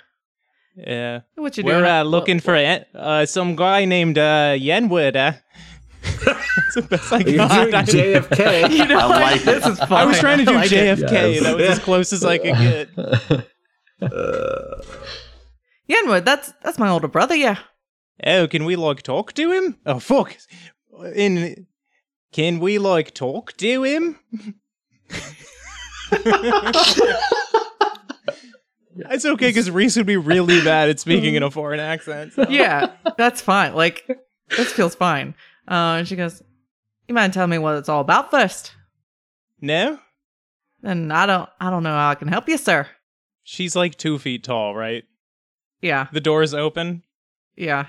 Speaker 4: Yeah,
Speaker 2: What you doing?
Speaker 4: we're uh,
Speaker 2: out-
Speaker 4: looking for a- uh, some guy named uh, Yenward. Uh. *laughs* That's the best I *laughs*
Speaker 5: You're
Speaker 4: got.
Speaker 5: doing
Speaker 4: I-
Speaker 2: *laughs*
Speaker 5: JFK.
Speaker 2: You know,
Speaker 6: I
Speaker 2: what?
Speaker 6: like it.
Speaker 2: this is fun.
Speaker 4: I was trying to do
Speaker 2: like it.
Speaker 4: JFK.
Speaker 7: Yes.
Speaker 4: That was as close as I could get.
Speaker 2: Yenwood, that's that's my older brother. Yeah,
Speaker 4: Oh, can we like talk to him? Oh fuck! In can we like talk to him? It's okay because Reese would be really bad at speaking in a foreign accent. so-
Speaker 2: yeah, *laughs* that's fine. Like this feels fine. Uh, and she goes, "You mind telling me what it's all about first?
Speaker 4: No,
Speaker 2: And I don't, I don't know how I can help you, sir.
Speaker 4: she's like two feet tall, right?
Speaker 2: Yeah,
Speaker 4: The door is open.
Speaker 2: yeah.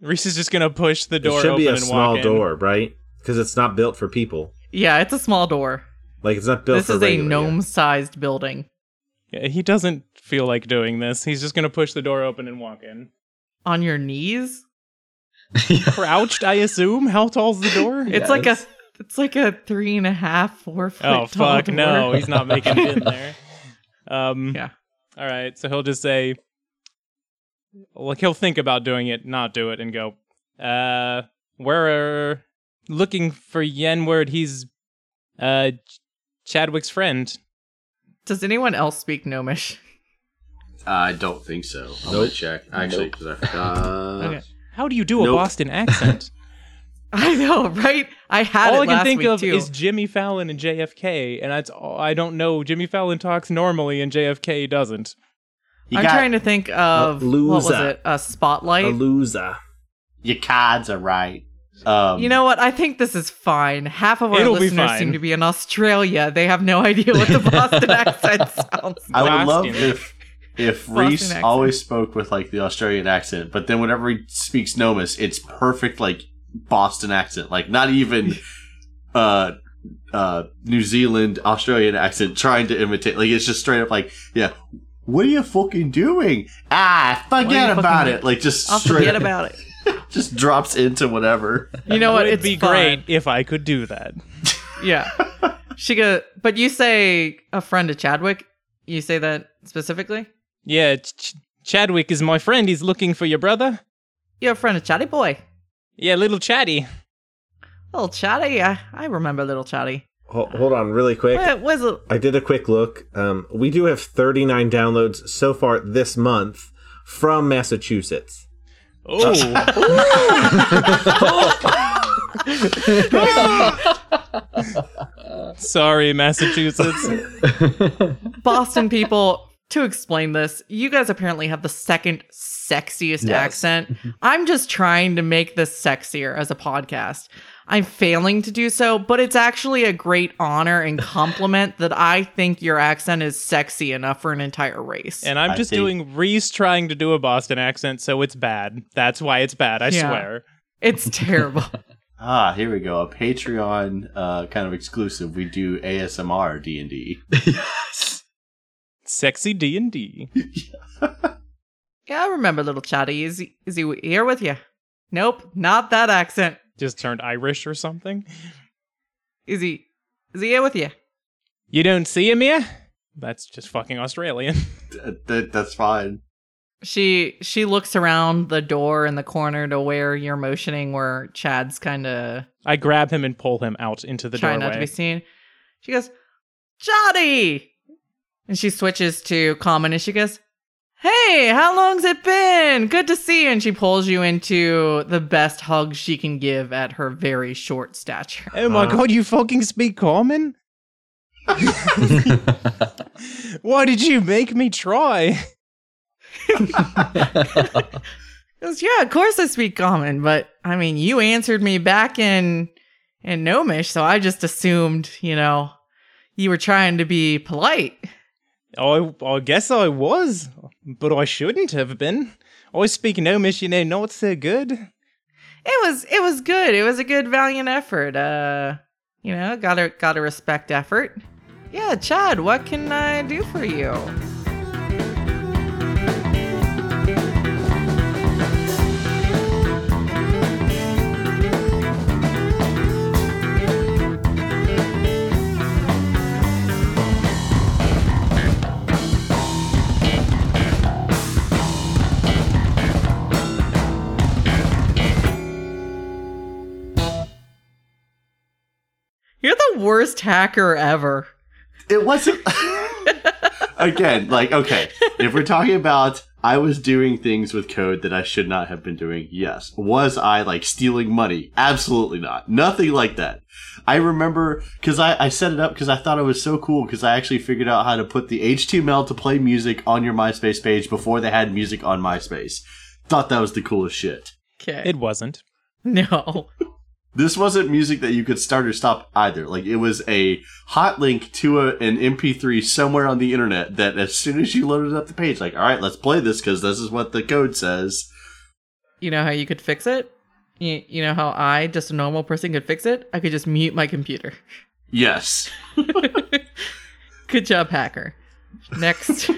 Speaker 4: Reese is just gonna push *laughs* the door
Speaker 5: It should
Speaker 4: open
Speaker 5: be a
Speaker 4: and
Speaker 5: small
Speaker 4: walk in.
Speaker 5: door, right? Because it's not built for people.
Speaker 2: Yeah, it's a small door.
Speaker 5: Like it's not built.
Speaker 2: this
Speaker 5: for
Speaker 2: is a
Speaker 5: regular-
Speaker 2: gnome-sized building.
Speaker 4: Yeah, he doesn't feel like doing this. He's just gonna push the door open and walk in.
Speaker 2: On your knees?
Speaker 4: Crouched, I assume. How tall's the door?
Speaker 2: *laughs* It's like a it's like a three and a half, four foot. tall
Speaker 4: Oh fuck
Speaker 2: door.
Speaker 4: no, he's not making
Speaker 2: *laughs*
Speaker 4: it in there. Um
Speaker 2: Yeah.
Speaker 4: All right, so he'll just say like he'll think about doing it, not do it and go, "Uh, we're looking for Yenward. He's uh Ch- Chadwick's friend."
Speaker 2: Does anyone else speak gnomish?
Speaker 6: I don't think so. I'm going to check. Actually, because I forgot.
Speaker 2: Okay. *laughs*
Speaker 4: How do you do a
Speaker 6: Nope.
Speaker 4: Boston accent?
Speaker 2: I know, right? *laughs* I had
Speaker 4: all
Speaker 2: it
Speaker 4: I can
Speaker 2: last
Speaker 4: think
Speaker 2: week,
Speaker 4: of
Speaker 2: too.
Speaker 4: is Jimmy Fallon and JFK, and that's all I don't know. Jimmy Fallon talks normally and JFK doesn't.
Speaker 6: You
Speaker 2: I'm
Speaker 6: got
Speaker 2: trying to think of
Speaker 5: A
Speaker 2: what was
Speaker 5: loser.
Speaker 2: it? A spotlight.
Speaker 5: A loser.
Speaker 6: your cards are right. Um,
Speaker 2: you know what? I think this is fine. Half of our
Speaker 4: It'll be
Speaker 2: listeners
Speaker 4: fine.
Speaker 2: seem to be in Australia. They have no idea
Speaker 5: *laughs*
Speaker 2: what the Boston accent sounds. like.
Speaker 6: I would love
Speaker 4: Boston.
Speaker 6: if
Speaker 2: *laughs*
Speaker 6: if
Speaker 2: Boston
Speaker 6: Reese
Speaker 2: accent.
Speaker 6: always spoke with like the Australian accent, but then whenever he speaks Nomus, it's perfect like Boston accent, like not
Speaker 2: *laughs*
Speaker 6: even uh uh New Zealand Australian accent trying to imitate. Like it's just straight up like yeah. What are you fucking doing? Ah,
Speaker 2: What are you
Speaker 6: forget
Speaker 2: fucking
Speaker 6: about
Speaker 2: doing?
Speaker 6: it. Like just
Speaker 2: I'll
Speaker 6: straight *laughs*
Speaker 2: forget
Speaker 6: up.
Speaker 2: about it.
Speaker 1: just drops into whatever.
Speaker 2: You know what?
Speaker 4: Would
Speaker 2: It's
Speaker 4: be
Speaker 2: fine.
Speaker 4: great if I could do that.
Speaker 2: Yeah. She go, but you say a friend of Chadwick. You say that specifically.
Speaker 4: Yeah, Ch- Ch- Chadwick is my friend. He's looking for your brother.
Speaker 2: You're a friend of Chatty Boy.
Speaker 4: Yeah, little Chatty.
Speaker 2: Little Chatty. I, I remember Little Chatty.
Speaker 5: Ho- hold on, really quick.
Speaker 2: What was it?
Speaker 5: I did a quick look. Um, we do have 39 downloads so far this month from Massachusetts.
Speaker 2: *laughs*
Speaker 4: Oh, *laughs* sorry, Massachusetts.
Speaker 2: *laughs* Boston people, to explain this, you guys apparently have the second sexiest accent. I'm just trying to make this sexier as a podcast. I'm failing to do so, but it's actually a great honor and compliment that I think your accent is sexy enough for an entire race.
Speaker 4: And I'm
Speaker 1: I
Speaker 4: just
Speaker 1: think-
Speaker 4: doing Reese trying to do a Boston accent, so it's bad. That's why it's bad. I
Speaker 2: Yeah.
Speaker 4: swear.
Speaker 2: it's terrible.
Speaker 1: Ah, here we go. A Patreon uh, kind of exclusive. We do ASMR D and D.
Speaker 4: Sexy D and D.
Speaker 2: yeah, I remember little Chatty. Is he, is he here with you? Nope, not that accent.
Speaker 4: Just turned Irish or something.
Speaker 2: Is he is he here with you?
Speaker 4: You don't see him here. That's just fucking Australian. *laughs*
Speaker 1: That, that's fine.
Speaker 2: She she looks around the door in the corner to where you're motioning where Chad's kind of
Speaker 4: I grab him and pull him out into the
Speaker 2: trying not to
Speaker 4: doorway.
Speaker 2: be seen. She goes, "Johnny," and she switches to common, and she goes, "Hey, how long's it been? Good to see you." And she pulls you into the best hug she can give at her very short stature.
Speaker 4: oh my god, you fucking speak common?
Speaker 7: *laughs*
Speaker 4: Why did you make me try? *laughs*
Speaker 2: She goes, "Yeah, of course I speak common, but I mean, you answered me back in in Gnomish, so I just assumed, you know, you were trying to be polite."
Speaker 4: I, I guess I was, but I shouldn't have been. I speak Gnomish, you know, not so good.
Speaker 2: it was it was good. It was a good valiant effort. Uh, you know, gotta gotta respect effort. Yeah, Chad, what can I do for you? You're the worst hacker ever.
Speaker 1: It wasn't. *laughs* Again, like okay, if we're talking about I was doing things with code that I should not have been doing. Yes, was I like stealing money? Absolutely not. Nothing like that. I remember because I, I set it up because I thought it was so cool because I actually figured out how to put the HTML to play music on your MySpace page before they had music on MySpace. Thought that was the coolest shit.
Speaker 2: Okay.
Speaker 4: It wasn't.
Speaker 2: *laughs* no.
Speaker 1: this wasn't music that you could start or stop either. Like it was a hot link to a, an MP3 somewhere on the internet that as soon as you loaded up the page, like, all right, let's play this because this is what the code says.
Speaker 2: You know how you could fix it? You, you know how I, just a normal person, could fix it? I could just mute my computer.
Speaker 1: Yes.
Speaker 2: *laughs* Good job, hacker. Next.